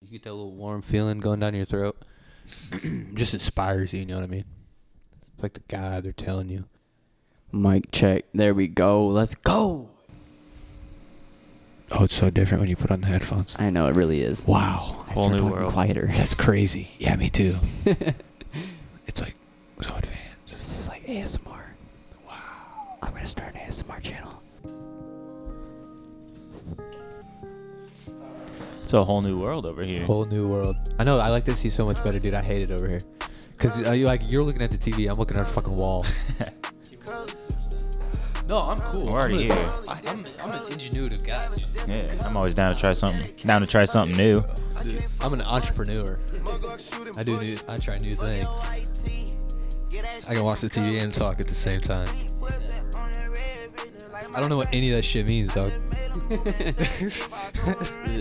you get that little warm feeling going down your throat. Just inspires you. You know what I mean? It's like the guy they're telling you. Mic check. There we go. Let's go. Oh, it's so different when you put on the headphones. I know it really is. Wow, I Whole start new talking world. quieter. that's crazy. Yeah, me too. it's like so advanced. This is like ASMR. Wow. I'm gonna start an ASMR channel. It's a whole new world over here. Whole new world. I know. I like this see so much better, dude. I hate it over here. Cause uh, you like you're looking at the TV. I'm looking at a fucking wall. no, I'm cool. We're I'm, already a- here. I, am I'm an ingenuitive guy. dude. Yeah, I'm always down to try something. Down to try something new. I'm an entrepreneur. I do new. I try new things. I can watch the TV and talk at the same time. I don't know what any of that shit means, dog.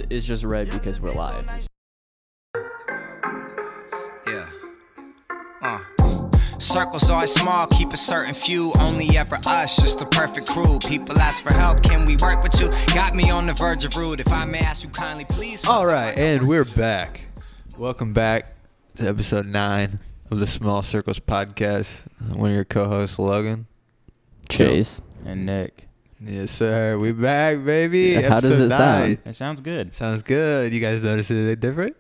It's just red because we're live. Yeah. Uh. Circles always small, keep a certain few. Only ever us, just the perfect crew. People ask for help, can we work with you? Got me on the verge of rude. If I may ask you kindly, please. All right, and we're back. Welcome back to episode nine of the Small Circles podcast. I'm One of your co-hosts, Logan. Chase. And Nick. Yes, sir. We back, baby. Yeah, how does Episode it sound? That sounds good. Sounds good. You guys notice it different?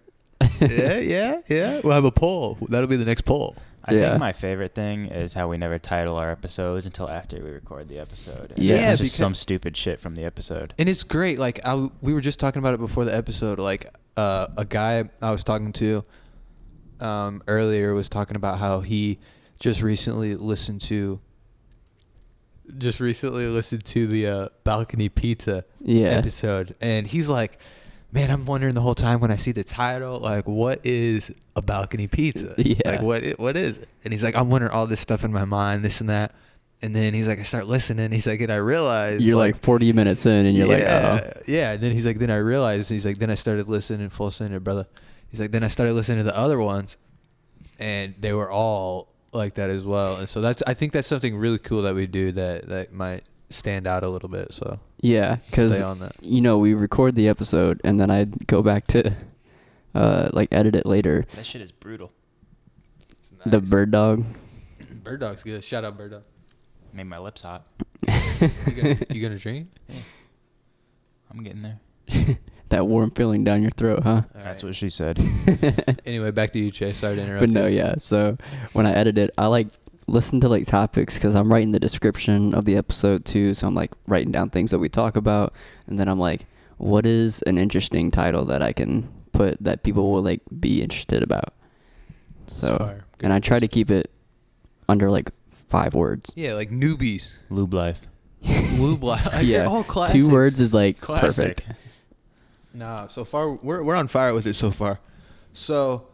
yeah, yeah, yeah. We'll have a poll. That'll be the next poll. I Yeah. think my favorite thing is how we never title our episodes until after we record the episode. Yeah, it's because- just some stupid shit from the episode. And it's great. Like I, w- we were just talking about it before the episode. Like uh, a guy I was talking to um, earlier was talking about how he just recently listened to. Just recently listened to the uh, balcony pizza Yeah. episode, and he's like, "Man, I'm wondering the whole time when I see the title, like, what is a balcony pizza? Yeah. Like, what i- what is it?" And he's like, "I'm wondering all this stuff in my mind, this and that." And then he's like, "I start listening." He's like, "And I realize You're like 40 minutes in and you're yeah, like, oh. yeah. And then he's like, then I realized. He's like, then I started listening full center, brother. He's like, then I started listening to the other ones, and they were all like that as well. And so that's, I think that's something really cool that we do that that might stand out a little bit. So Yeah, because Stay on that. you know we record the episode and then I go back to uh like edit it later. That shit is brutal. The bird dog. bird dog's good. Shout out bird dog. Made my lips hot. You gonna, you gonna drink? I'm getting there. That warm feeling down your throat, huh? All That's right. what she said. Anyway, back to you, Chase. Sorry to interrupt. But no, you. yeah. So when I edit it, I like listen to like topics because I'm writing the description of the episode too. So I'm like writing down things that we talk about, and then I'm like, what is an interesting title that I can put that people will like be interested about. So Fire. Good. and I try to keep it under like five words. yeah, like newbies, Lube life. blue block. Like, Yeah, they're all classics. Two words is like perfect. Nah, so far we're we're on fire with it so far. So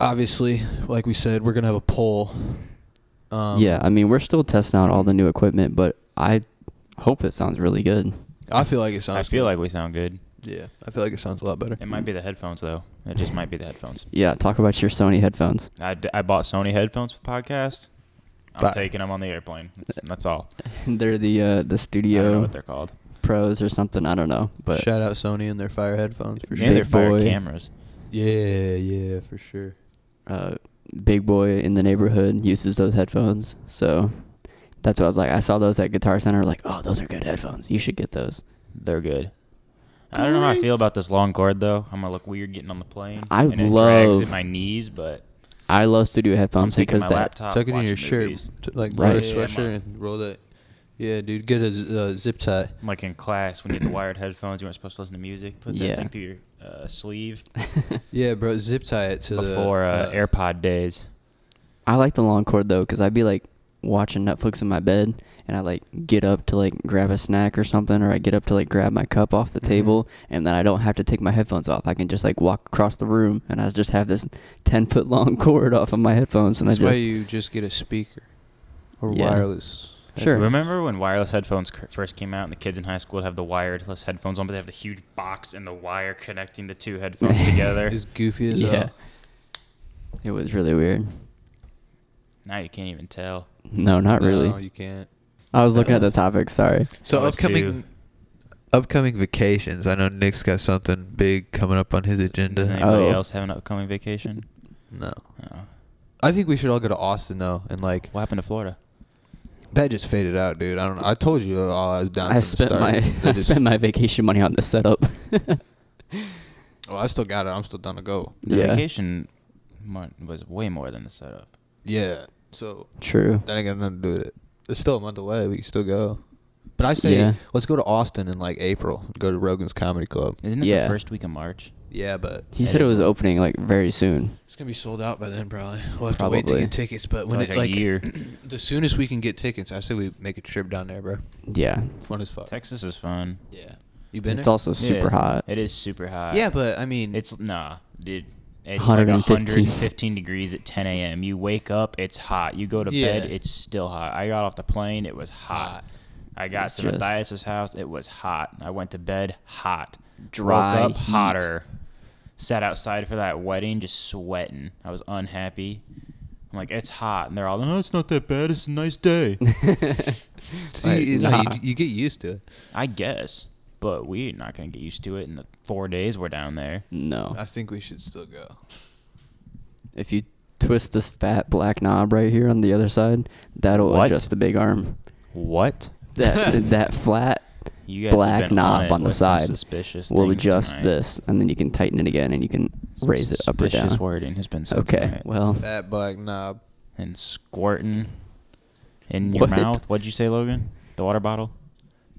obviously, like we said, we're gonna have a poll. Um, yeah, I mean we're still testing out all the new equipment, but I hope it sounds really good. I feel like it sounds. I feel like we sound good. yeah, I feel like it sounds a lot better. It might be the headphones though. It just might be the headphones. Yeah, talk about your Sony headphones. I, d- I bought Sony headphones for the podcast. I'm Bye. taking them on the airplane. That's, that's all. they're the uh, the I don't know studio what they're called. pros or something. I don't know, but Shout out Sony and their fire headphones for Yeah. sure. And they're Big fire boy. cameras. Yeah, yeah, for sure. uh, big boy in the neighborhood uses those headphones. So that's what I was like. I saw those at Guitar Center. Like, oh, those are good headphones. You should get those. They're good. I don't know how I feel about this long cord though. I'm gonna look weird getting on the plane. I and it drags love- at my knees, but I love studio I'm headphones taking because my that laptop. Tuck it in watching your shirt, movies. t- like Right. roll a Yeah, sweatshirt my- and roll that. Yeah, dude, get a z- uh, zip tie. I'm like in class when you get the wired headphones, you weren't supposed to listen to music. Put Yeah. that thing through your uh, sleeve Yeah, bro, zip tie it to the before uh, AirPod days. I like the long cord though, because I'd be like watching Netflix in my bed, and I like get up to like grab a snack or something, or I get up to like grab my cup off Mm-hmm. the table, and then I don't have to take my headphones off. I can just like walk across the room, and I just have this ten foot long cord off of my headphones, and That's I why just you just get a speaker or Yeah. wireless. sure. Remember when wireless headphones cr- first came out and the kids in high school would have the wireless headphones on, but they have the huge box and the wire connecting the two headphones together? It's goofy as Yeah, hell. it was really weird. Now you can't even tell. No, not really. No, you can't. I was looking at the topic. Sorry. So That was upcoming upcoming vacations. I know Nick's got something big coming up on his agenda. Does anybody Oh. else have an upcoming vacation? No. Oh. I think we should all go to Austin though, and like What happened to Florida? that just faded out, dude. I don't. know. I told you all I was down. I from spent the my start. That I just- spent my vacation money on the setup. Oh, I still got it. I'm still down to go. The Yeah. vacation month was way more than the setup. Yeah. So True. that ain't got nothing to do with it. It's still a month away. We can still go. But I say Yeah. let's go to Austin in like April. Go to Rogan's Comedy Club. Isn't it Yeah. the first week of March? Yeah, but He That said it is- was opening like very soon. it's gonna be sold out by then probably. We'll have to wait Probably. to get tickets. But when like it a like year. the soonest we can get tickets, I say we make a trip down there, bro. Yeah. Fun as fuck. Texas is fun. Yeah. You been It's there? also super Yeah. hot. It is super hot. yeah, but I Mm. mean, It's nah, dude. It's like 115. 115 degrees at 10 a.m. You wake up, it's hot. You go to Yeah. bed, it's still hot. I got off the plane, it was hot. Hot. I got was to just- Matthias's house, it was hot. I went to bed, hot. Dry Woke up, heat. hotter. Sat outside for that wedding, just sweating. I was unhappy. I'm like, it's hot, and they're all, no, it's not that bad. It's a nice day. see, like, you, know, nah. you, you get used to it. I guess, but we're not gonna get used to it in the four days we're down there. No. I think we should still go. If you twist this fat black knob right here on the other side, that'll What? adjust the big arm. What? That that flat You guys black have been knob it on the with some side Suspicious. will things adjust tonight. this, and then you can tighten it again, and you can raise it up or Suspicious down. wording has been said. Okay. tonight. Well, That black knob. and squirting in your What? mouth. What'd you say, Logan? The water bottle.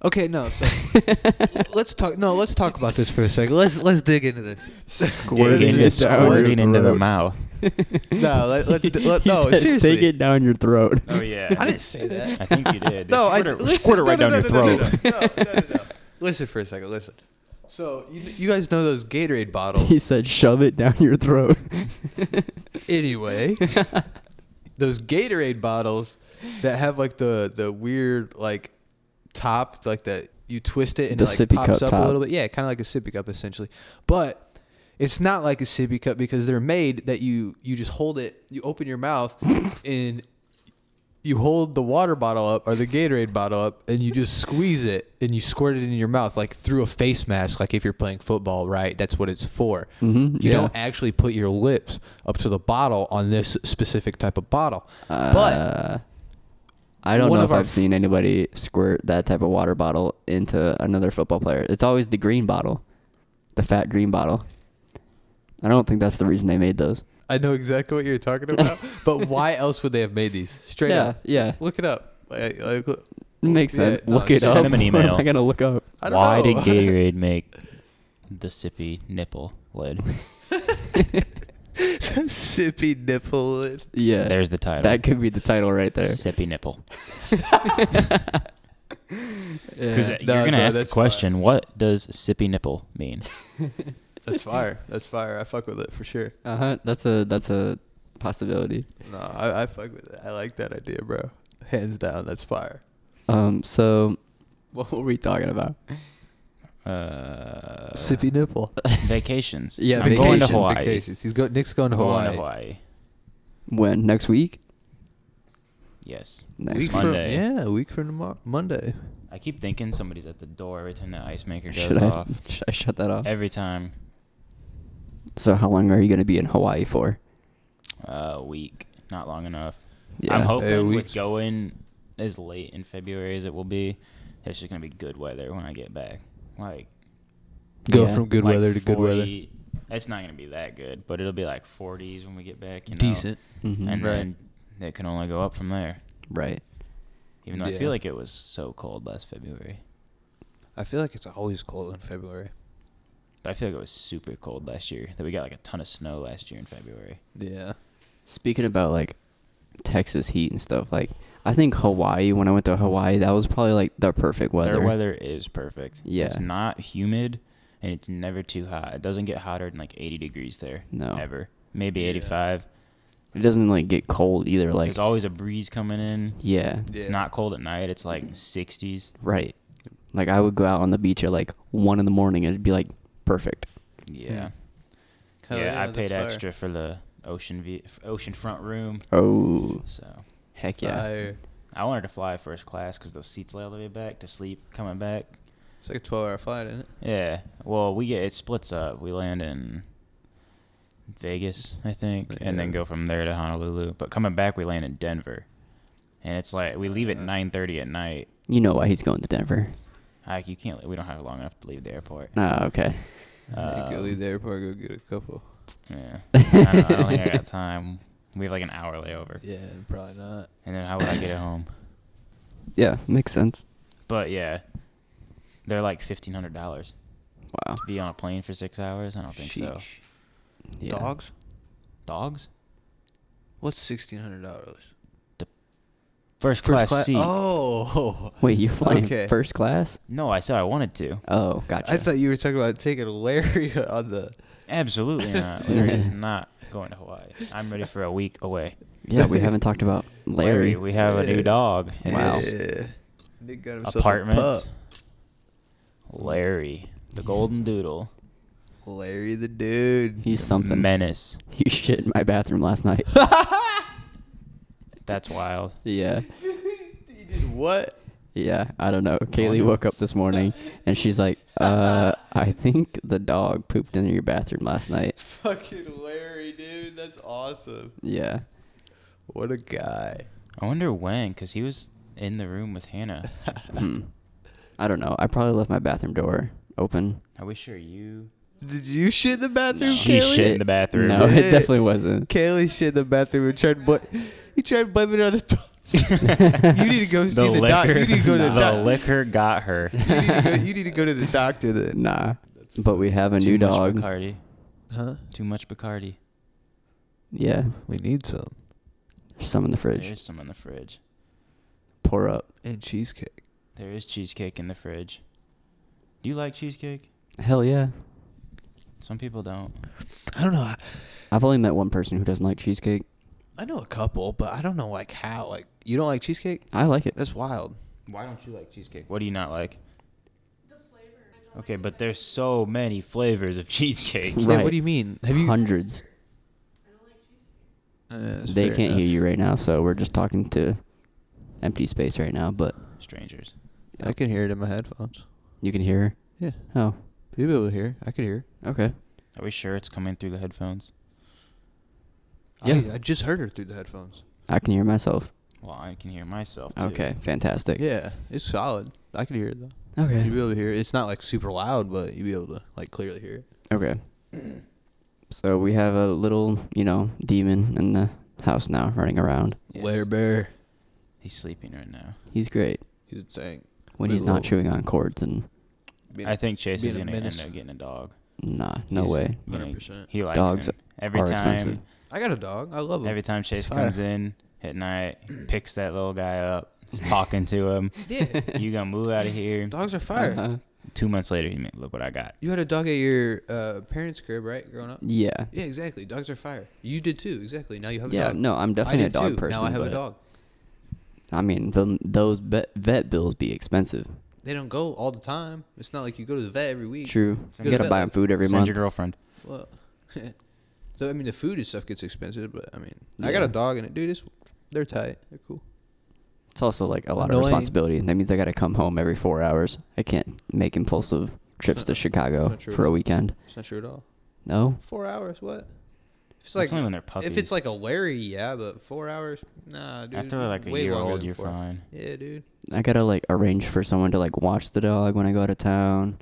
Okay, no. So uh, let's talk. No, let's talk about this for a second. Let's let's dig into this. Squirting Digging it is down your squirting into the throat. mouth. No, let, let's d- let, He no. said, seriously, Take it down your throat. Oh yeah. I didn't say that. I think you did. No, I squirt it, listen, squirt it no, right no, down no, your no, no, throat. No, no, no, no, no. Listen for a second. Listen. So you, you guys know those Gatorade He bottles. said, "Shove it down your throat." anyway, those Gatorade bottles that have like the the weird like top, like that you twist it and The it like sippy pops cup up a top. little bit. Yeah, kind of like a sippy cup essentially, but. It's not like a sippy cup because they're made that you you just hold it, you open your mouth, and you hold the water bottle up or the Gatorade bottle up and you just squeeze it and you squirt it in your mouth like through a face mask like if you're playing football right that's what it's for mm-hmm, you yeah. don't actually put your lips up to the bottle on this specific type of bottle but Uh, I don't One know of if our I've f- seen anybody squirt that type of water bottle into another football player. It's always the green bottle, the fat green bottle. I don't think that's the reason they made those. I know exactly what you're talking about but why else would they have made these straight Yeah, up yeah. look it up like, like, Makes yeah, sense. no, look it send up. him an What am email. I gonna look up? I don't Why know. did Gatorade make the sippy nipple lid? sippy nipple it. Yeah, There's the title. that could be the title right there. Sippy nipple. yeah. Because No, you're no, gonna ask the that's question, what does sippy nipple mean? fire. that's fire that's fire I fuck with it for sure Uh huh. That's a that's a possibility. no I, I fuck with it I like that idea bro hands down that's fire Um. So, what were we talking about? Uh, sippy nipple vacations. Yeah, I'm going to vacation, Hawaii. Vacations. He's go, Nick's going to I'm Hawaii. going to Hawaii. When next week? Yes. Next Week week. from, Monday. yeah, a week from tomorrow, Monday. I keep thinking somebody's at the door every time that ice maker goes Should I off. should I shut that off? Every time. So how long are you gonna be in Hawaii for? A Uh, week. Not long enough. Yeah. I'm hoping Hey, with weeks. going as late in February as it will be, there's just going to be good weather when I get back. Like Go Yeah. from good like weather to good weather. 40 It's not going to be that good, but it'll be like 40s when we get back. You know? Decent. Mhm. Right. And then it can only go up from there. Right. Even though I Yeah. feel like it was so cold last February. I feel like it's always cold in February. But I feel like it was super cold last year. That we got like a ton of snow last year in February. Yeah. Speaking about like Texas heat and stuff, like I think Hawaii. When I went to Hawaii, that was probably like the perfect weather. Their weather is perfect. Yeah. It's not humid and it's never too hot. It doesn't get hotter than like 80 degrees there. No. Ever. Maybe Yeah. 85. It doesn't like get cold either. Like There's always a breeze coming in. yeah, Yeah. It's not cold at night. It's like 60s. right. Like I would go out on the beach at like one in the morning. It'd be like perfect. Yeah. Hmm. Hell yeah, I that's paid fire. extra for the ocean view, ocean front room. Oh So heck yeah. Fire. I wanted to fly first class because those seats lay all the way back to sleep coming back. It's like a 12 hour flight, isn't it? Yeah. Well, we get it splits up. We land in Vegas, I think, and then Yeah. go from there to Honolulu. But coming back, we land in Denver, and it's like we leave at nine thirty at night. You know why he's going to Denver? Like you can't. We don't have long enough to leave the airport. Oh, okay. you Um, go leave the airport, go get a couple. Yeah. I don't, I don't think I got time. We have like an hour layover, Yeah, and probably not. and then how would I get it home? Yeah, makes sense. But yeah, they're like fifteen hundred dollars Wow. to be on a plane for six hours. I don't think so. Sheesh. Yeah. Dogs? Dogs. What's sixteen hundred dollars? First class seat. Oh, Wait, you're flying Okay. first class? No, I said I wanted to. Oh, gotcha. I thought you were talking about taking Larry on the. Absolutely not. Larry is not going to Hawaii. I'm ready for a week away. yeah, we haven't talked about Larry. we have a new dog in Wow. his Yeah. Nick got himself A pup. apartment. Larry, the golden doodle, Larry the dude. He's something. menace. He shit in my bathroom last night. That's wild. yeah. He did what? Yeah, I don't know. Kaylee Wonder- woke up this morning and she's like, uh, I think the dog pooped in your bathroom last night. Fucking Larry, dude. That's awesome. Yeah. What a guy. I wonder when, because he was in the room with Hannah. Hmm. I don't know. I probably left my bathroom door open. Are we sure you? Did you shit in the bathroom, She Kaylee? shit in the bathroom. No, Did it it? definitely wasn't. Kaylee shit in the bathroom and tried but he tried to blame it on the dog. you need to go see the, doc. You need to go to the, the doc. liquor got her. You need, to go, you need to go to the doctor then. Nah. But we have a Too new much dog. Bacardi. Huh? Too much Bacardi. Yeah. We need some. There's some in the fridge. There's some in the fridge. Pour up. And cheesecake. There is cheesecake in the fridge. Do you like cheesecake? Hell yeah. Some people don't. I don't know. I, I've only met one person who doesn't like cheesecake. I know a couple, but I don't know like how. Like you don't like cheesecake? I like it. That's wild. Why don't you like cheesecake? What do you not like? Okay, but there's so many flavors of cheesecake. Wait, Right. what do you mean? Have you? Uh, Hundreds. They can't hear you right now, so we're just talking to empty space right now, but Strangers. I can hear it in my headphones. you can hear Yeah, her. Oh, people will hear. I could hear. okay. Are we sure it's coming through the headphones? Yeah. I, I just heard her through the headphones. I can hear myself. Well, I can hear myself. Too. Okay, fantastic. Yeah, it's solid. I could hear it though. You'd be Okay. able to hear it. It's not like super loud, but you'd be able to like clearly hear it. Okay. So we have a little, you know, demon in the house now running around. Yes. Lair Bear. He's sleeping right now. He's great He's a tank. when Wait, he's not whoa. chewing on cords and Being I think Chase being is a gonna end menace. up getting a dog. nah, no He's- way. You know, 100%. He likes Dogs him. Every are time, expensive. I got a dog. I love him. every time Chase Fire. comes in at night, picks that little guy up, is talking to him. Yeah, You gonna move out of here? dogs are fire. Uh-huh. Two months later, he made, look what I got. You had a dog at your uh, parents' crib, right? Growing up. Yeah. Yeah, exactly. Dogs are fire. You did too. Exactly. Now you have a Yeah, dog. no, I'm definitely I a did dog too. person. Now I have a but, dog. I mean, the, those vet, vet bills be expensive. They don't go all the time. It's not like you go to the vet every week. True. Send You your gotta vet buy bill. him food every Send month. your girlfriend. Well, so I mean, the food and stuff gets expensive, but I mean, I got Yeah. a dog and it, dude. It's they're tight. They're cool. It's also like a lot Annoying. of responsibility. That means I got to come home every four hours. I can't make impulsive trips to Chicago not true for at a all. weekend. It's not true at all. No, Four hours? What? If it's It's only when like they're puppies. if it's like a Larry, yeah, but four hours? Nah, dude. after like a way year longer old, than you're four. fine. Yeah, dude. I gotta like arrange for someone to like watch the dog when I go out of town.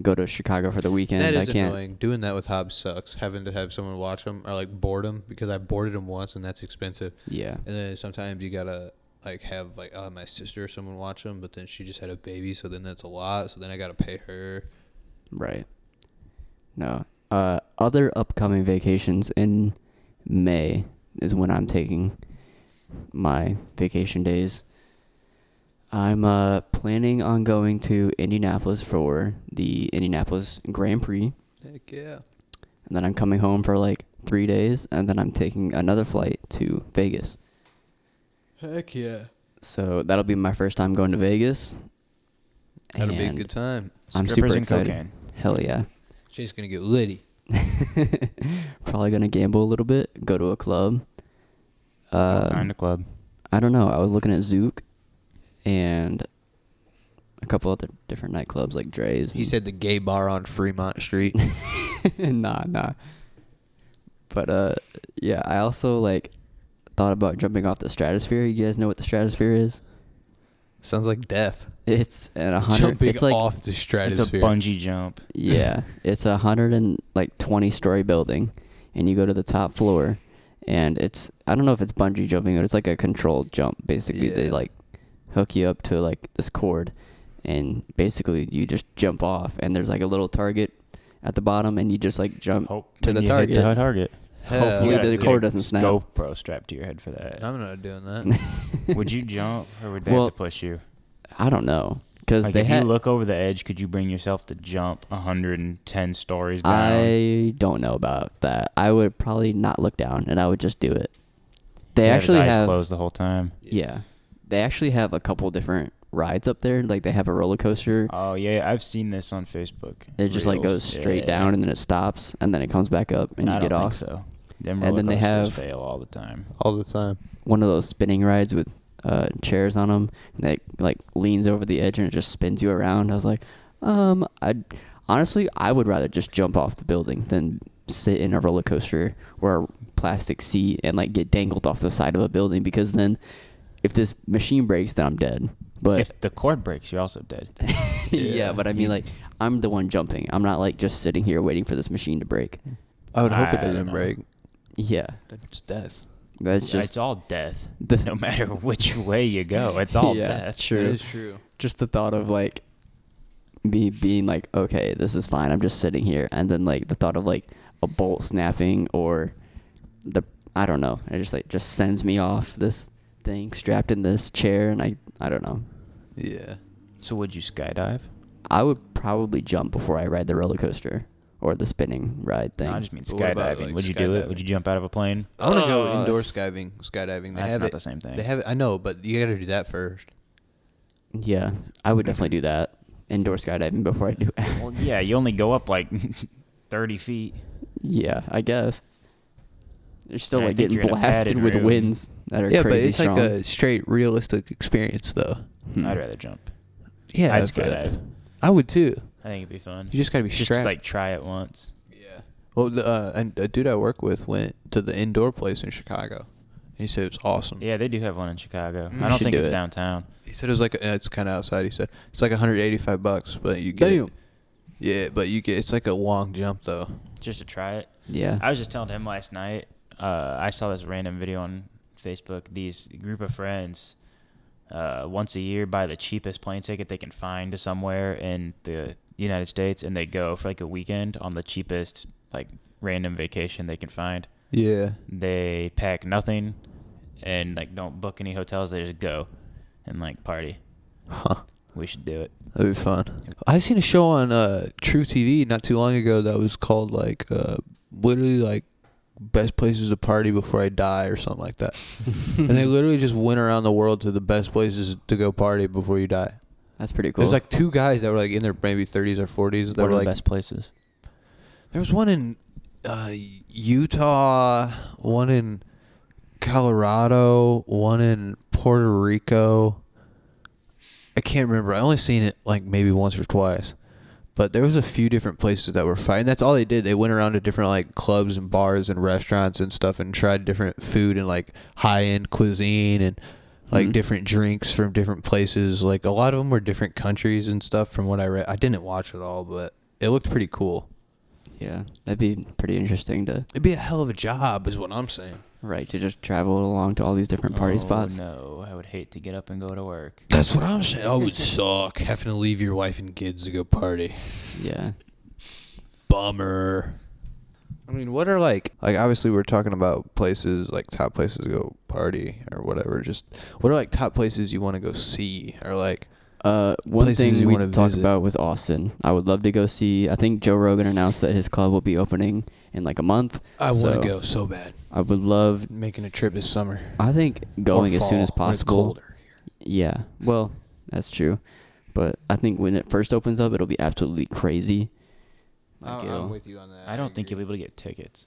Go to Chicago for the weekend. that is I can't. annoying. Doing that with Hobbs sucks. Having to have someone watch them or like board them because I boarded them once and that's expensive. Yeah, And then sometimes you gotta like have like uh, my sister or someone watch them, but then she just had a baby, so then that's a lot. So then I gotta pay her. right. No. Uh, other upcoming vacations in May is when I'm taking my vacation days. I'm uh, planning on going to Indianapolis for the Indianapolis Grand Prix. Heck yeah. and then I'm coming home for like three days, and then I'm taking another flight to Vegas. Heck yeah. So that'll be my first time going to Vegas. That'll be a And good time. I'm Strippers super and excited. cocaine. Hell yeah! She's gonna get litty. Probably gonna gamble a little bit, go to a club. Find Uh, a club. I don't know. I was looking at Zook, and a couple other different nightclubs like Dre's. He said the gay bar on Fremont Street. nah, nah. But uh, yeah, I also like thought about jumping off the stratosphere. You guys know what the stratosphere is? Sounds like death. It's at a hundred. Jumping It's like off the It's a stratosphere. bungee jump. yeah, it's a hundred and like twenty story building, and you go to the top floor, and it's I don't know if it's bungee jumping but it's like a controlled jump. Basically, they Yeah. like hook you up to like this cord, and basically you just jump off, and there's like a little target at the bottom, and you just like jump Hope to when the Oh, you target. Hit the target. Hell Hopefully yeah, the dude. cord doesn't snap. GoPro strapped to your head for that. I'm not doing that. Would you jump, or would they Well, have to push you? I don't know because Like they if had. you look over the edge, could you bring yourself to jump 110 stories down? I don't know about that. I would probably not look down, and I would just do it. They He had his actually eyes have closed the whole time. Yeah. They actually have a couple different rides up there. Like they have a roller coaster. Oh yeah, I've seen this on Facebook. it just like goes Reels. straight Yeah. down and then it stops and then it comes back up and you I get don't off. Think so. Them And roller then they coasters have- fail all the time. All the time. One of those spinning rides with uh, chairs on them that like leans over the edge and it just spins you around. I was like, um, I honestly I would rather just jump off the building than sit in a roller coaster or a plastic seat and like get dangled off the side of a building because then if this machine breaks then I'm dead. But if the cord breaks, you're also dead. yeah, Yeah. but I mean, like, I'm the one jumping. I'm not like just sitting here waiting for this machine to break. I would hope I it doesn't dunno. break. Yeah, It's death. that's it's just all death. the No matter which way you go, it's all yeah, death. True. true. Just the thought of like me being like, okay, this is fine. I'm just sitting here, and then like the thought of like a bolt snapping or the I don't know. It just like just sends me off this thing strapped in this chair, and I I don't know. Yeah. So would you skydive? I would probably jump before I ride the roller coaster or the spinning ride thing. No, I just mean But what skydiving. about, like, would you do it? skydiving? Would you jump out of a plane? I want to go Oh, indoor that's- skydiving. Skydiving. They That's have not it. the same thing. They have it. I know, but you got to do that first. Yeah, I would definitely do that. Indoor skydiving before I do. Well, yeah, you only go up like 30 feet. yeah, I guess. You're still I like think getting you're in a blasted padded with room. winds that are Yeah, but crazy it's strong. like a straight realistic experience, though. Hmm. I'd rather jump. Mm. Yeah, I'd but- skydive. I would too. I think it'd be fun. You just gotta be just strapped. like try it once. Yeah. Well, the, uh, and a dude I work with went to the indoor place in Chicago. He said it was awesome. Yeah, they do have one in Chicago. Mm, You I don't should think do it's it. downtown. He said it was like uh, it's kind of outside. He said it's like 185 bucks, but you get Damn. yeah, but you get it's like a long jump though. Just to try it. Yeah. I was just telling him last night. Uh, I saw this random video on Facebook. These group of friends, uh, once a year, buy the cheapest plane ticket they can find to somewhere in the United States, and they go for like a weekend on the cheapest like random vacation they can find. Yeah. They pack nothing, and like don't book any hotels. They just go, and like party. Huh. We should do it. That'd be fun. I seen a show on uh, True TV not too long ago that was called like uh, literally like best places to party before I die or something like that. and they literally just went around the world to the best places to go party before you die. That's pretty cool. There's like two guys that were like in their maybe 30s or 40s that What were are like the best places? There was one in uh, Utah, one in Colorado, one in Puerto Rico. I can't remember. I only seen it like maybe once or twice. But there was a few different places that were fighting. That's all they did. They went around to different like clubs and bars and restaurants and stuff and tried different food and like high end cuisine and like Mhm. different drinks from different places. Like a lot of them were different countries and stuff from what I read. I didn't watch it all, but it looked pretty cool. yeah, that'd be pretty interesting to It'd be a hell of a job, is what I'm saying. right to just travel along to all these different party Oh, spots. No, I would hate to get up and go to work. That's what I'm saying. Oh, it would suck having to leave your wife and kids to go party. Yeah. Bummer. I mean, what are like like obviously we're talking about places like top places to go party or whatever. Just what are like top places you want to go see or like Uh, one Places thing you we wanna talked visit. about was Austin. I would love to go see. I think Joe Rogan announced that his club will be opening in like a month. I want So, to go so bad. I would love Making a trip this summer. I think going Or as soon as fall when it's possible. colder. Yeah. Well, that's true. But I think when it first opens up, it'll be absolutely crazy. Like, it'll- you on that. I don't think you'll be able to get tickets.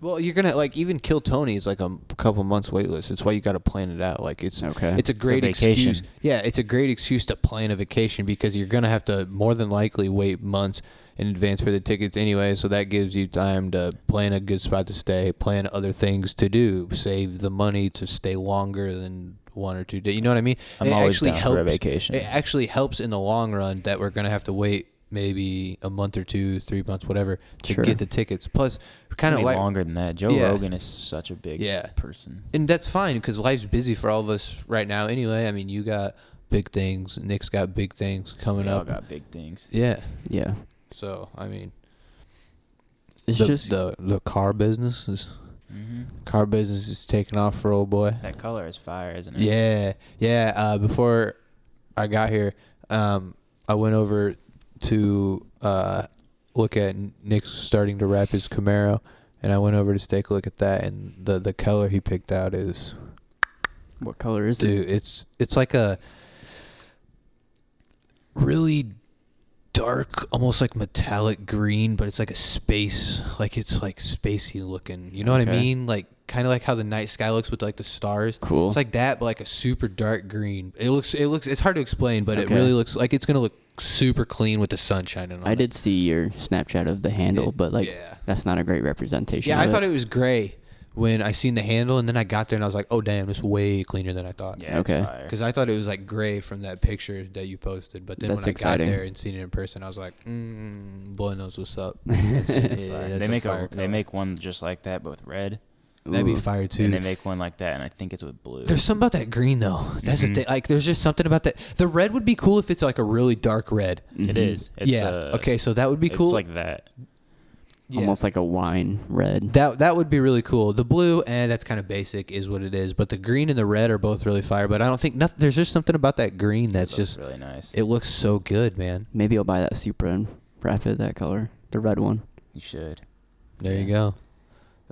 Well, you're gonna like even Kill Tony is like a m- couple months wait list. That's why you got to plan it out. Like it's Okay. It's a great vacation. excuse. Yeah, it's a great excuse to plan a vacation because you're gonna have to more than likely wait months in advance for the tickets anyway. So that gives you time to plan a good spot to stay, plan other things to do, save the money to stay longer than one or two days. You know what I mean? I'm It always actually down helps, for a vacation. It actually helps in the long run that we're gonna have to wait maybe a month or two, three months, whatever, to Sure. get the tickets. Plus, kind It'll of like be longer than that. Joe Yeah. Rogan is such a big Yeah. person. and that's fine because life's busy for all of us right now anyway i mean you got big things nick's got big things coming We all up got big things. yeah Yeah. so i mean It's the, just the the car business is hmm car business is taking off for old boy That color is fire, isn't it? yeah yeah uh before i got here um i went over to uh look at nick's starting to wrap his camaro and i went over to take a look at that and the the color he picked out is what color is it? Dude, it's it's like a really dark, almost like metallic green, but it's like a space, like it's like spacey looking. You know what I Okay. mean? Like kind of like how the night sky looks with like the stars. Cool. It's like that, but like a super dark green. It looks it looks it's hard to explain, but it Okay. really looks like it's gonna look super clean with the sun shining on I it. did see your Snapchat of the handle, but like yeah. that's not a great representation. Yeah, of I thought it was gray when I seen the handle, and then I got there and I was like, oh damn, it's way cleaner than I thought. Yeah, it's Okay. fire. Because I thought it was like gray from that picture that you posted, but then That's when I exciting. got there and seen it in person, I was like, mm, "Boy knows what's up." That's- yeah, Fire. that's they make fire a, they color. make one just like that, but with red, that'd be Ooh. fire and they too. make one like that, and I think it's with blue. There's something about that green though. That's Mhm. the thing. Like, there's just something about that. The red would be cool if it's like a really dark red. Mhm. It is. It's, yeah. Uh, okay, so that would be cool. It's like that. Yeah. almost like a wine red. that. That would be really cool. The blue, and eh, that's kind of basic, is what it is. But the green and the red are both really fire. But I don't think nothing. There's just something about that green that's It's just. really nice. It looks so good, man. Maybe I'll buy that Supra and wrap it that color, the red one. you should. There you go.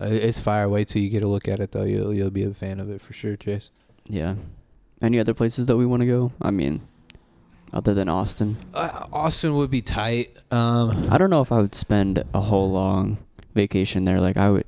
Uh, It's fire. Wait till you get a look at it, though. You'll you'll be a fan of it for sure, Chase. Yeah. Any other places that we want to go? I mean, other than Austin, Uh, Austin would be tight. Um, I don't know if I would spend a whole long vacation there. Like I would.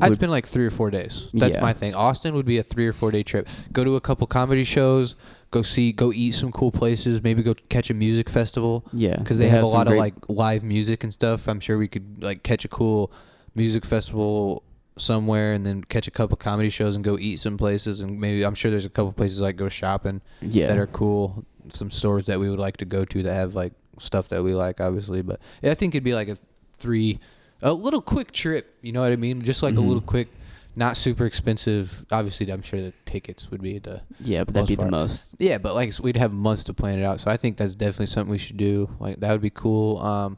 I'd would- spend like three or four days. That's Yeah. my thing. Austin would be a three or four day trip. Go to a couple comedy shows. Go see. Go eat some cool places. Maybe go catch a music festival yeah, because they, have, a some lot of great- like live music and stuff. I'm sure we could like catch a cool music festival somewhere and then catch a couple comedy shows and go eat some places and maybe I'm sure there's a couple places like go shopping. yeah. that are cool. Some stores that we would like to go to that have like stuff that we like, obviously. But yeah, I think it'd be like a three, a little quick trip. You know what I mean? Just like Mhm. a little quick, not super expensive. Obviously, I'm sure the tickets would be the yeah, but that'd most be the part. most. yeah. But like we'd have months to plan it out. So I think that's definitely something we should do. Like that would be cool. Um,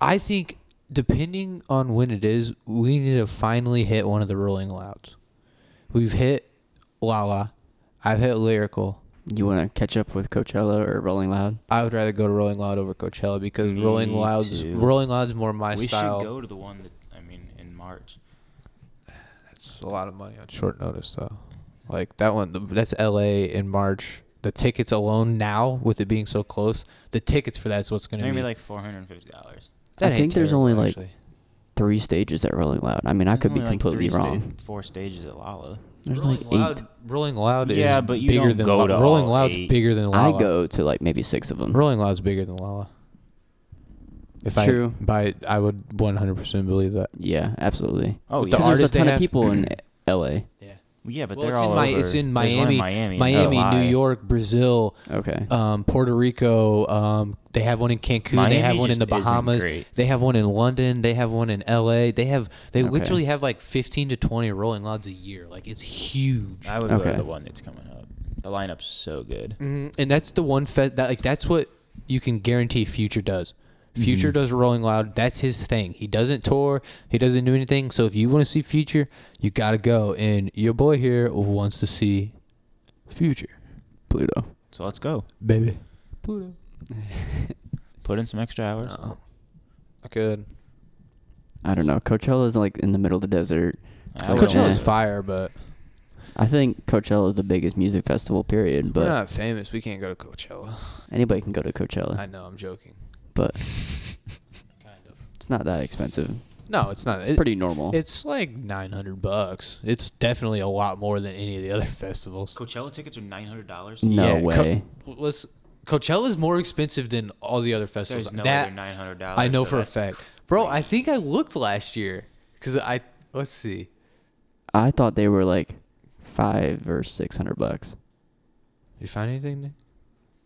I think depending on when it is, we need to finally hit one of the Rolling Louds. We've hit Lala. I've hit Lyrical. You want to catch up with Coachella or Rolling Loud? I would rather go to Rolling Loud over Coachella because Me Rolling Loud's too. Rolling Loud's more my we style. should go to the one that I mean in March. It's a lot of money on short notice though. Like that one, that's L.A. in March. The tickets alone now, with it being so close, the tickets for that's what's gonna Maybe be like four hundred and fifty dollars. That I ain't think there's terrible, only, like, actually. Three stages at Rolling Loud. I mean, I could be completely wrong. four stages at Lala. There's Rolling like eight. Loud, Rolling Loud is Yeah, but you bigger don't than go Lala. to Rolling all Loud's eight. bigger than I Lala. go to like maybe six of them. Rolling Loud's bigger than Lala. If True. I buy it, I would 100% believe that. yeah, absolutely. But Oh the Because yeah, there's a artists they ton of have- people in L.A. Yeah. yeah, but Well, they're it's in all Mi- over. it's in There's one Miami, Miami, Oh, Miami, LA. New York, Brazil. Okay. um, Puerto Rico. Um, they have one in Cancun. Miami they have one in just the isn't Bahamas. great. They have one in London. They have one in L.A. They have they Okay. literally have like fifteen to twenty rolling lods a year. Like it's huge. I would go Okay. to the one that's coming up. The lineup's so good. hmm And that's the one fe- that like that's what you can guarantee Future does. Future Mm-hmm. does Rolling Loud. That's his thing. He doesn't tour. He doesn't do anything. So if you want to see Future, you gotta go. And your boy here wants to see Future, Pluto. So let's go. baby. Pluto. Put in some extra hours. Oh, I could. I don't know. Coachella is like in the middle of the desert. I Like, wouldn't Coachella's Coachella's mind. yeah. fire, but I think Coachella is the biggest music festival period, but We're not famous. We can't go to Coachella. anybody can go to Coachella. I know. I'm joking. but Kind of. it's not that expensive. No, it's not. It's pretty normal. It's like 900 bucks. It's definitely a lot more than any of the other festivals. Coachella tickets are nine hundred dollars. no Yeah, Co- way. let's Coachella's more expensive than all the other festivals. There's no that other nine hundred dollars. I know for a fact. Bro, I think I looked last year cuz I let's see. I thought they were like five or six hundred bucks. You find anything? Nick?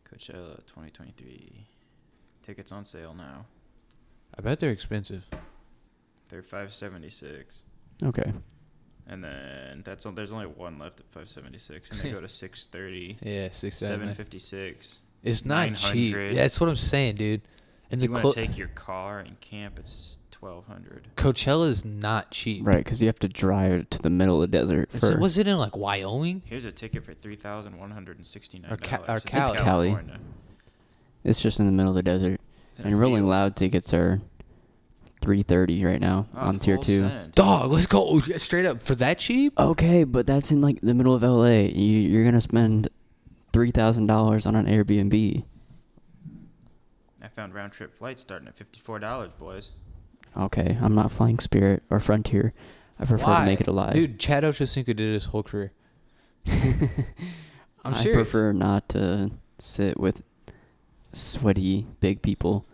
Coachella 2023 tickets on sale now. I bet they're expensive. They're 576, Okay. and then that's on, there's only one left at 576, and they go to 630, Yeah, 6 seven. 756. It's not cheap. 900. That's what I'm saying, dude. And If you the want clo- to take your car and camp, it's 1200. Coachella's not cheap. Right, because you have to drive to the middle of the desert Is it- for. was it in like Wyoming? Here's a ticket for three thousand one hundred and sixty-nine Or dollars. Ca- or it's in Cali. It's Cali. California. It's just in the middle of the desert. It's in a And Rolling field. Loud tickets are three thirty right now Oh, on tier full two. send. Dog, let's go Oh, straight up for that cheap? Okay, but that's in like the middle of LA. You you're gonna spend three thousand dollars on an Airbnb. I found round trip flights starting at fifty-four dollars, boys. Okay, I'm not flying Spirit or Frontier. I prefer to make it alive. Dude, Chad Ochocinco did it his whole career. I'm I serious. prefer not to sit with sweaty big people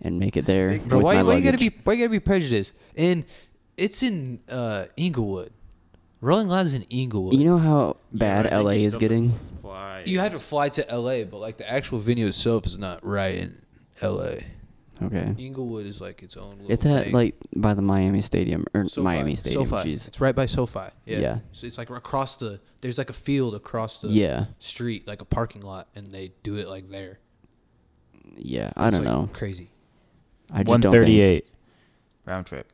and make it there. Bro, with why, my why you gotta luggage. be why you gotta be prejudiced? And it's in uh Inglewood. Rolling Loud's in Inglewood. You know how Yeah, I bad think LA you is still have to getting. Fly. you had to fly to LA, but like the actual venue itself is not right in LA. Okay, Inglewood is like its own little it's at thing. like by the Miami Stadium or SoFi. Miami Stadium. SoFi. Jeez. It's right by SoFi. Yeah. Yeah. So it's like across the there's like a field across the Yeah. street, like a parking lot, and they do it like there. Yeah, I It's, don't like, know. Crazy. I just One don't think. thirty-eight round trip.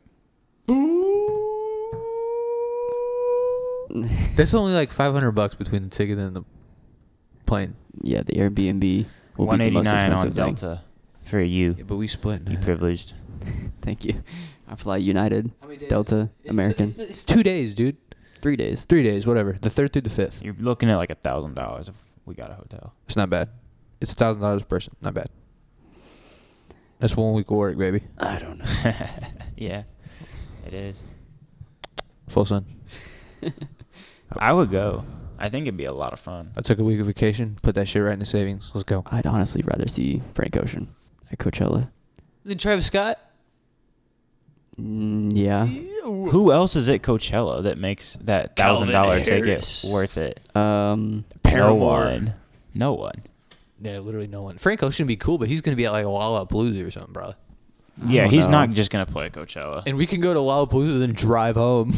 That's only like five hundred bucks between the ticket and the plane. Yeah, the Airbnb will One be the most eighty-nine on expensive thing. uh, Delta for you. but we split. You privileged. Thank you. I fly United, Delta, American. It's, two days, dude. Three days. Three days, whatever. The third through the fifth. You're looking at like a thousand dollars if we got a hotel. It's not bad. It's a thousand dollars a person. Not bad. That's one week of work, baby. I don't know. yeah, it is. Full sun. I would go. I think it'd be a lot of fun. I took a week of vacation. Put that shit right in the savings. Let's go. I'd honestly rather see Frank Ocean at Coachella. Then Travis Scott. Mm, yeah. Who else is at Coachella that makes that thousand dollar ticket worth it? Um, No one. No one. Yeah, literally no one. Franco should be cool, but he's gonna be at like a Lollapalooza or something, bro. Yeah, don't he's know. not just gonna play Coachella. And we can go to Lollapalooza and then drive home.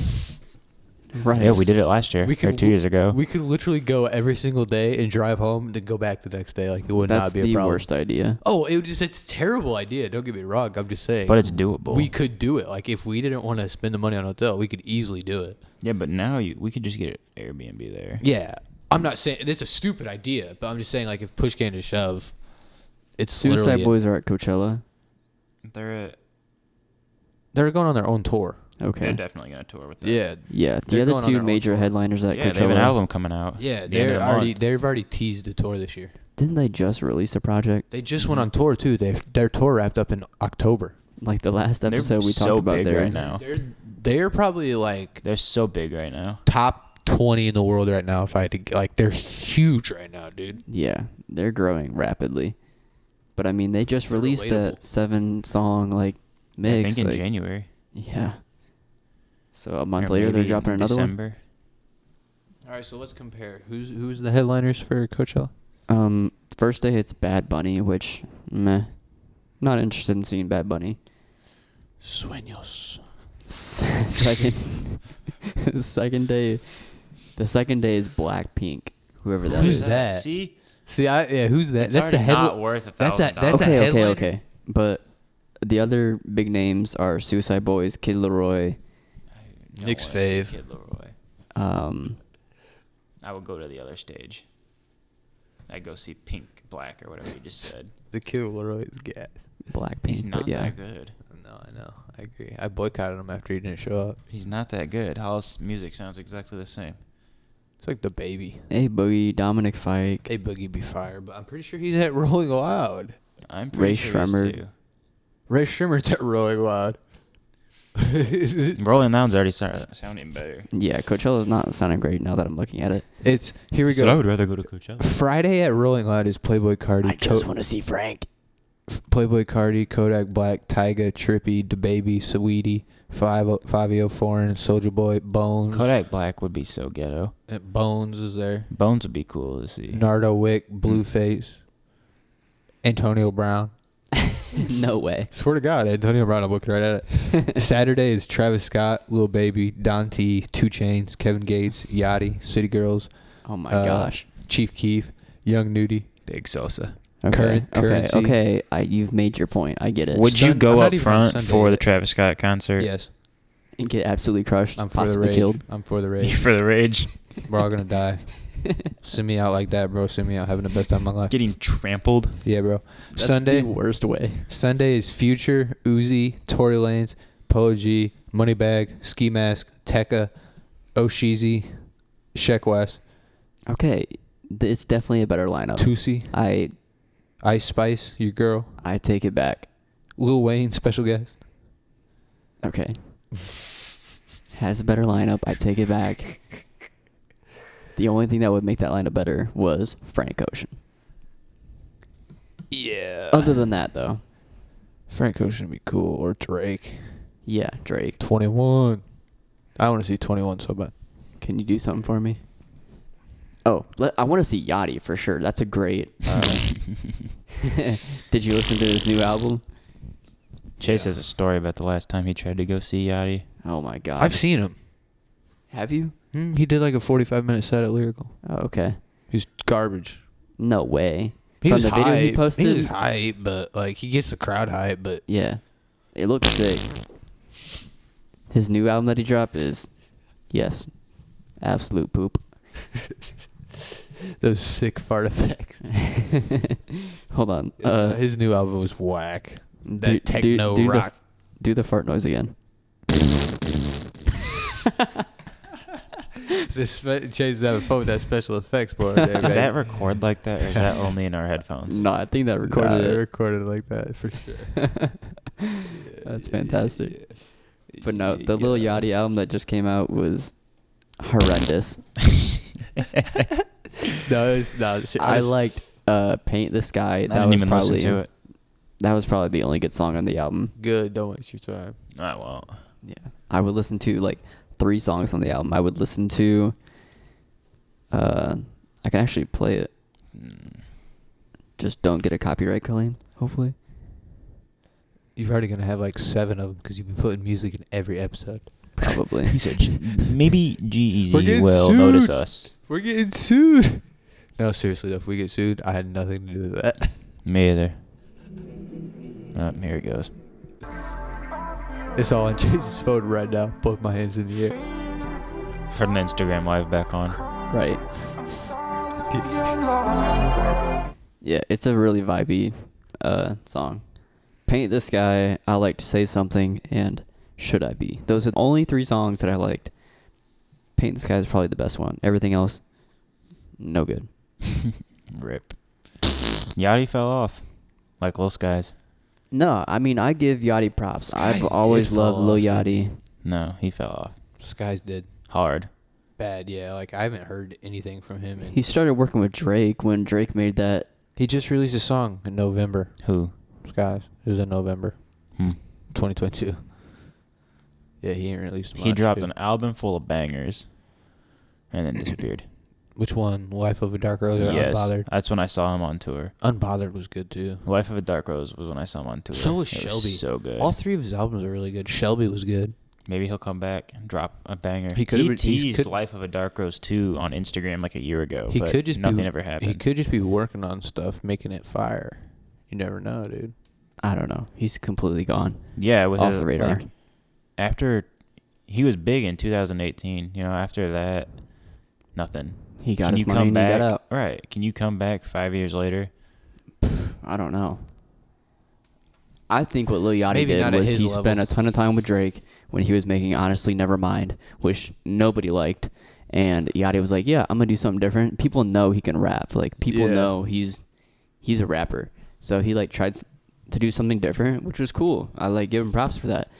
right. Yeah, we did it last year We or could two years ago. We could literally go every single day and drive home, then go back the next day. Like it would That's not be the a problem. worst idea. Oh, it was just it's a terrible idea. Don't get me wrong. I'm just saying. but it's doable. we could do it. Like if we didn't want to spend the money on a hotel, we could easily do it. yeah, but now you, we could just get an Airbnb there. Yeah. I'm not saying it's a stupid idea, but I'm just saying like if push came to shove, it's Suicide literally- Boys are at Coachella. They're at, They're going on their own tour. they're Okay. definitely gonna tour with them. Yeah. Yeah, They're the other going on their two own major tour. headliners at yeah, Coachella. they have an album coming out. Yeah, the end of they're the already month. they've already teased the tour this year. Didn't they just release a project? They just went on tour too. They their tour wrapped up in October. Like the last They're episode we so talked about big there. right now. They're they're probably like They're so big right now. top 20 in the world right now if I had to g- like they're huge right now, dude. Yeah, they're growing rapidly. But I mean, they just They're released relatable. a seven-song like mix. I think in like- January. Yeah. So a month Or later, they're maybe dropping in another December. All right, so let's compare. Who's who's the headliners for Coachella? one. Um, first day it's Bad Bunny, which meh, not interested in seeing Bad Bunny. Sueños. second, second day, the second day is Blackpink, whoever that Who's is. that? See, See, I yeah, who's that? It's that's a already headline. not worth a that's a thousand that's a okay, okay, headliner. okay. But the other big names are Suicide Boys, Kid Leroy. Nick's No one wants to see fave. Kid Leroy. Um, I would go to the other stage. I'd go see Pink Black or whatever you just said. The Kid Leroy's gas. Blackpink. He's not but yeah. that good. No, I know. I agree. I boycotted him after he didn't show up. He's not that good. Hollis' music sounds exactly the same. It's like the baby. Hey Boogie, Dominic Fike, Hey, Boogie be fire, but I'm pretty sure he's at Rolling Loud. I'm pretty Ray sure he is Shremmer. too. Ray Shrimmer's at Rolling Loud. Rolling Loud's already start, sounding better. Yeah, Coachella's not sounding great now that I'm looking at it. It's here we So go. I would rather go to Coachella. Friday at Rolling Loud is Playboy Cardi, I just Co- want to see Frank. Playboy Cardi, Kodak Black, Tyga, Trippy, DaBaby, Saweetie, Five oh Fabio Foreign, Soldier Boy, Bones. Kodak Black would be so ghetto. Uh, Bones is there. Bones would be cool to see. Nardo Wick, Blueface, Antonio Brown. no way. Swear to God, Antonio Brown. I'm looking right at it. Saturday is Travis Scott, Lil Baby, Don T, Two Chains, Kevin Gates, Yachty, City Girls, Oh my Uh, gosh. Chief Keef, Young Nudie. Big Sosa. Okay. current- okay. currency. Okay. I, you've made your point. I get it. Would you Sun- I'm go not up even on front Sunday for the yet. Travis Scott concert? Yes, And get absolutely crushed. I'm for the possibly rage. killed. I'm for the rage. for the rage. We're all gonna die. Send me out like that, bro. Send me out having the best time of my life. Getting trampled. Yeah, bro. That's Sunday. the worst way. Sunday is Future, Uzi, Tory Lanez, Polo G, Moneybag, Ski Mask, Tekka, Oshizi, Sheck West, Okay. th- It's definitely a better lineup. Tusi, I Ice Spice, your girl, I take it back. Lil Wayne, special guest. Okay. Has a better lineup. I take it back. The only thing that would make that lineup better was Frank Ocean. Yeah. Other than that, though, Frank Ocean would be cool or Drake. yeah, Drake. Twenty one. I want to see twenty one so bad. Can you do something for me? Oh, let, I want to see Yachty for sure. That's a great. Uh, did you listen to his new album? Chase Yeah. has a story about the last time he tried to go see Yachty. Oh my god. I've seen him. Have you? Hmm, He did like a forty five minute set at Lyrical. Oh, okay. He's garbage. No way. He From was the video hype. he posted. was hype, but like he gets the crowd hype, but Yeah. It looks sick. His new album that he dropped is yes. Absolute poop. those sick fart effects. Hold on. Uh, Uh his new album was whack. That do- do- techno do the- rock. do the fart noise again. This spe- Chase that phone with that special effects boy. Did Did that record like that, or is that only in our headphones? No, I think that Nah, recorded they it. recorded like that for sure. That's fantastic. Yeah. But no, the Yeah. Lil Yachty album that just came out was horrendous. No, it's not. ser- I honest- liked uh Paint the Sky. I that didn't was even probably listen to it. that was probably the only good song on the album. good. Don't waste your time. I won't. Yeah. I would listen to like three songs on the album. I would listen to uh I can actually play it. Hmm. Just don't get a copyright claim, hopefully. You're already gonna have like seven of them because you've been putting music in every episode. Probably. He said, "G- maybe We're G-Eazy getting will notice sued. us. We're getting sued. No, seriously though, if we get sued, I had nothing to do with that. Me either. Oh, here it goes. It's all on Chase's phone right now. Both my hands in the air. Turn the Instagram live back on. right. Yeah, it's a really vibey uh song. Paint the Sky, I Like to Say Something, and Should I Be. Those are the only three songs that I liked. Paint the Sky is probably the best one. Everything else, no good. Rip. Yachty fell off, like Lil Skies. No, I mean I give Yachty props. I've Skies always did fall loved Lil off, Yachty. No, he fell off Skies did hard. bad. Yeah, like I haven't heard anything from him. And He started working with Drake when Drake made that. he just released a song in November. Who? Skies. It was in November, Hmm. 2022. Yeah, he ain't released. He much, dropped dude. an album full of bangers, and then disappeared. Which one? Life of a Dark Rose or yes, Unbothered? that's when I saw him on tour. Unbothered was good too. Life of a Dark Rose was when I saw him on tour. So was It Shelby. so good. All three of his albums are really good. Shelby was good. Maybe he'll come back and drop a banger. He He, could have- he's teased could- Life of a Dark Rose 2 on Instagram like a year ago. He but could just nothing be, ever happened. He could just be working on stuff, making it fire. You never know, dude. I don't know. He's completely gone. yeah, with off a- the radar. like, after he was big in 2018, you know, after that, nothing. He got Can his you money come and he back? got out. Right? Can you come back five years later? I don't know. I think what Lil Yachty Maybe did not at was his he level. spent a ton of time with Drake when he was making Honestly Nevermind, which nobody liked. And Yachty was like, "Yeah, I'm gonna do something different." People know he can rap. Like people Yeah. know he's he's a rapper. So he like tried s- to do something different, which was cool. I like give him props for that.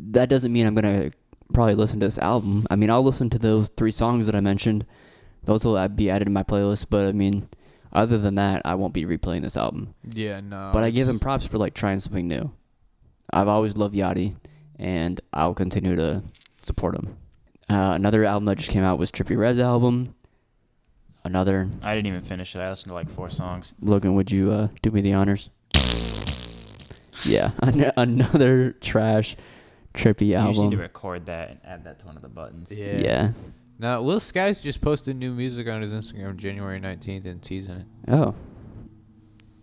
that doesn't mean I'm gonna probably listen to this album. I mean, I'll listen to those three songs that I mentioned. Those will uh, be added to my playlist. But I mean, other than that, I won't be replaying this album. Yeah, no. But I it's- give him props for like trying something new. I've always loved Yachty, and I'll continue to support him. Uh, another album that just came out was Trippy Red's album. Another I didn't even finish it. I listened to like four songs. Logan, would you uh, do me the honors? Yeah, an- another trash Trippy You just need album. to record that and add that to one of the buttons. Yeah. yeah. Now, Will Skies just posted new music on his Instagram January 19th and teasing it. Oh.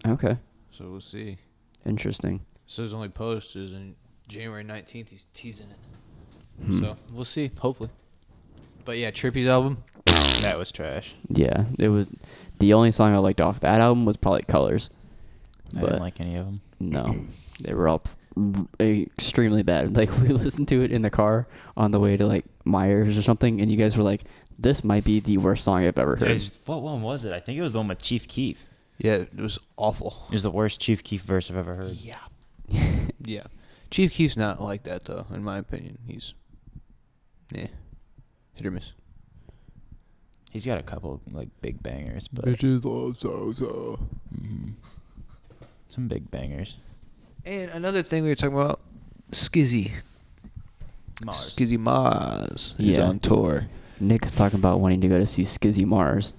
Okay. So we'll see. Interesting. So his only post is in January 19th. He's teasing it. So we'll see, hopefully. But yeah, Trippy's album. That was trash. Yeah, it was the only song I liked off that album was probably Colors. I But- didn't like any of them. No, they were all p- extremely bad. Like we listened to it in the car on the way to like Myers or something, and you guys were like, "This might be the worst song I've ever heard." what one was it? I think it was the one with Chief Keef. Yeah, it was awful. It was the worst Chief Keef verse I've ever heard. Yeah. yeah. Chief Keef's not like that, though, in my opinion. He's. Yeah. Hit or miss. He's got a couple like big bangers, but love salsa. some big bangers. And another thing we were talking about Skizzy. Mars. Skizzy Maz. He's Yeah. on tour. Nick's talking about wanting to go to see Skizzy Mars.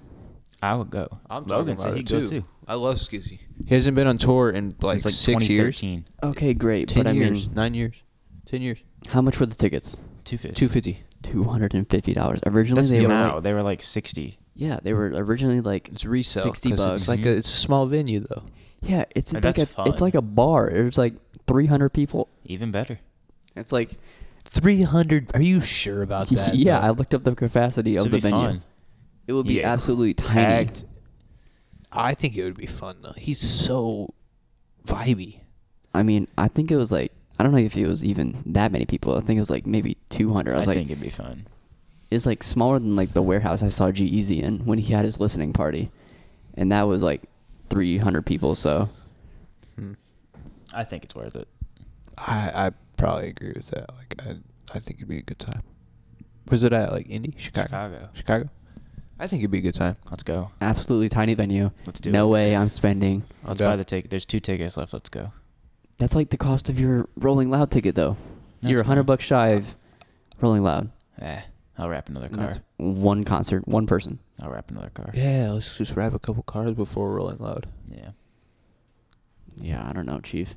I would go. I'm Logan talking about said it he'd too. go too. I love Skizzy. He hasn't been on tour in like, Since, like six years, 2013. Okay, great, ten but I years, mean, nine years, ten years, how much were the tickets? 250. two fifty. Two hundred and fifty dollars. Originally, That's they were Wow, like, they were like 60. yeah, they were originally like It's resale. 60 'cause bucks. It's like a, it's a small venue though. yeah, it's And like a that's fun. it's like a bar. There's like three hundred people. Even better. It's like Three hundred. Are you sure about that? yeah, I though? looked up the capacity of Should the be venue. fun. It would be Yeah. absolutely tiny. Packed. I think it would be fun though. He's so vibey. I mean, I think it was like I don't know if it was even that many people. I think it was like maybe 200. I I was like, think it'd be fun. it's like smaller than like the warehouse I saw G Easy in when he had his listening party, and that was like 300 people. So Hmm. I think it's worth it. I I probably agree with that. Like I I think it'd be a good time. Where's it at? Like Indy, Chicago, Chicago. Chicago. I think it'd be a good time. Let's go. absolutely tiny venue. Let's do no it. way I'm spending. Let's Okay. buy the ticket. There's two tickets left. Let's go. That's like the cost of your Rolling Loud ticket though. No, You're it's 100 not. bucks shy of Rolling Loud. Eh, I'll wrap another And car. That's one concert, one person. I'll wrap another car. Yeah, let's just wrap a couple cars before rolling loud. Yeah. Yeah, I don't know, Chief.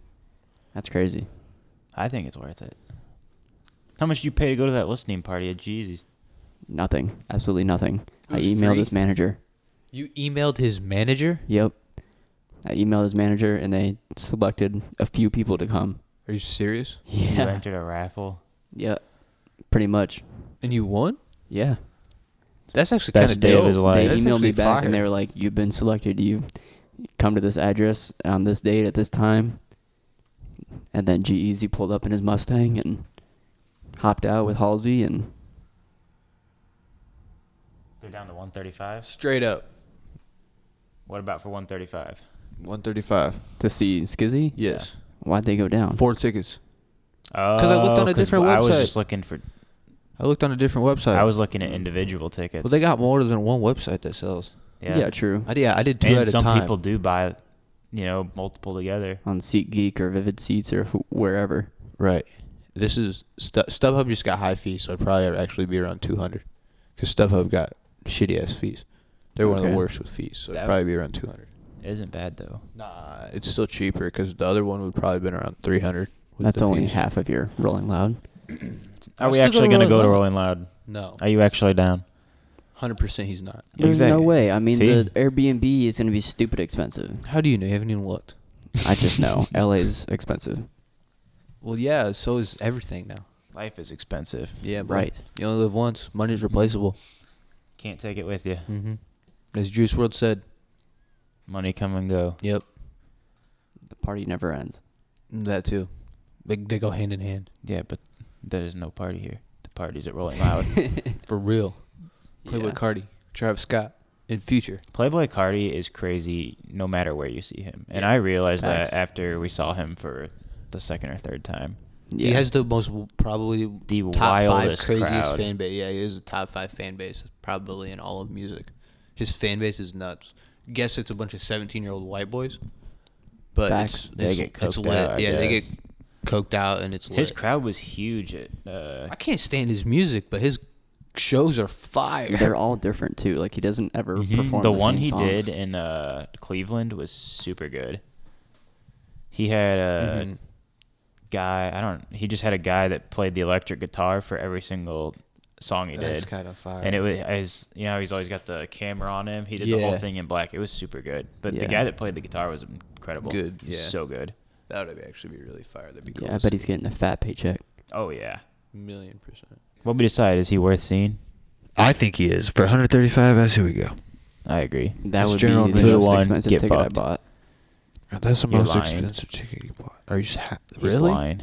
That's crazy. I think it's worth it. How much did you pay to go to that listening party at Jeezy's? Nothing. Absolutely nothing. It I was emailed free. his manager. You emailed his manager? Yep. I emailed his manager and they selected a few people to come. Are you serious? You Yeah. entered a raffle. Yeah. Pretty much. And you won? Yeah. That's actually kind Best of day dope. of his life. They That's emailed me actually back fire. and they were like, You've been selected. You come to this address on this date at this time. And then G Easy pulled up in his Mustang and hopped out with Halsey and They're down to 135. straight up. What about for 135? 135. to see Skizzy. Yes. Why'd they go down? Four tickets. Oh, I looked on a 'cause different I was website. just looking for. I looked on a different website. I was looking at individual tickets. well, they got more than one website that sells. Yeah. true. I, yeah, I did two and at a some time. people do buy, you know, multiple together. On SeatGeek or Vivid Seats or wh- wherever. right. This is Stu- StubHub just got high fees, so it'd probably actually be around 200. Because StubHub got shitty ass fees. They're one of the Okay. worst with fees, so it'd That- probably be around 200. Isn't bad though. Nah, it's still cheaper because the other one would probably been around 300. with That's the only fees. half of your Rolling Loud. Are Let's we still actually going to go to Rolling Rolling Loud? No, Are you actually down? 100% he's not. There's no Exactly. way. I mean, See? the Airbnb is going to be stupid expensive. How do you know? You haven't even looked. I just know LA's expensive. Well, yeah, so is everything now. Life is expensive. Yeah, bro. Right. You only live once. Money's replaceable. Can't take it with you. Mm-hmm. As Juice World said. Money come and go. Yep, The party never ends. that too. They they go hand in hand Yeah, but there is no party here. The party's at Rolling Loud. for real. Playboy Yeah. Cardi, Travis Scott, in future. Playboy Cardi is crazy no matter where you see him. And Yeah. I realized Facts. that after we saw him for the second or third time. He Yeah. has the most w- probably The top five wildest craziest crowd. fan base. Yeah, he is a top five fan base probably in all of music. His fan base is nuts. Guess it's a bunch of seventeen year old white boys, but Facts. it's They it's, get it's coked lit. out, I yeah, they guess. get coked out and it's lit. His crowd was huge at uh, I can't stand his music, but his shows are fire. They're all different too. Like he doesn't ever perform Mm-hmm. the the, one same he songs. did in uh, Cleveland was super good. He had a guy. I don't. He just had a guy that played the electric guitar for every single song he That's did. kind of fire. and it was, as you know, he's always got the camera on him. He did the whole Yeah. thing in black. It was super good. But the Yeah. guy that played the guitar was incredible. Good, He was yeah. So good. that would actually be really fire. That'd be cool. Yeah, I to bet see. he's getting a fat paycheck. Oh yeah. million percent. What we decide is he worth seeing? I think he is. For 135, that's who we go. I agree. That It's would general be the admission. most One, expensive get ticket I fucked. bought. That's the You're most lying. expensive ticket you bought. Are you just ha- He's really? lying.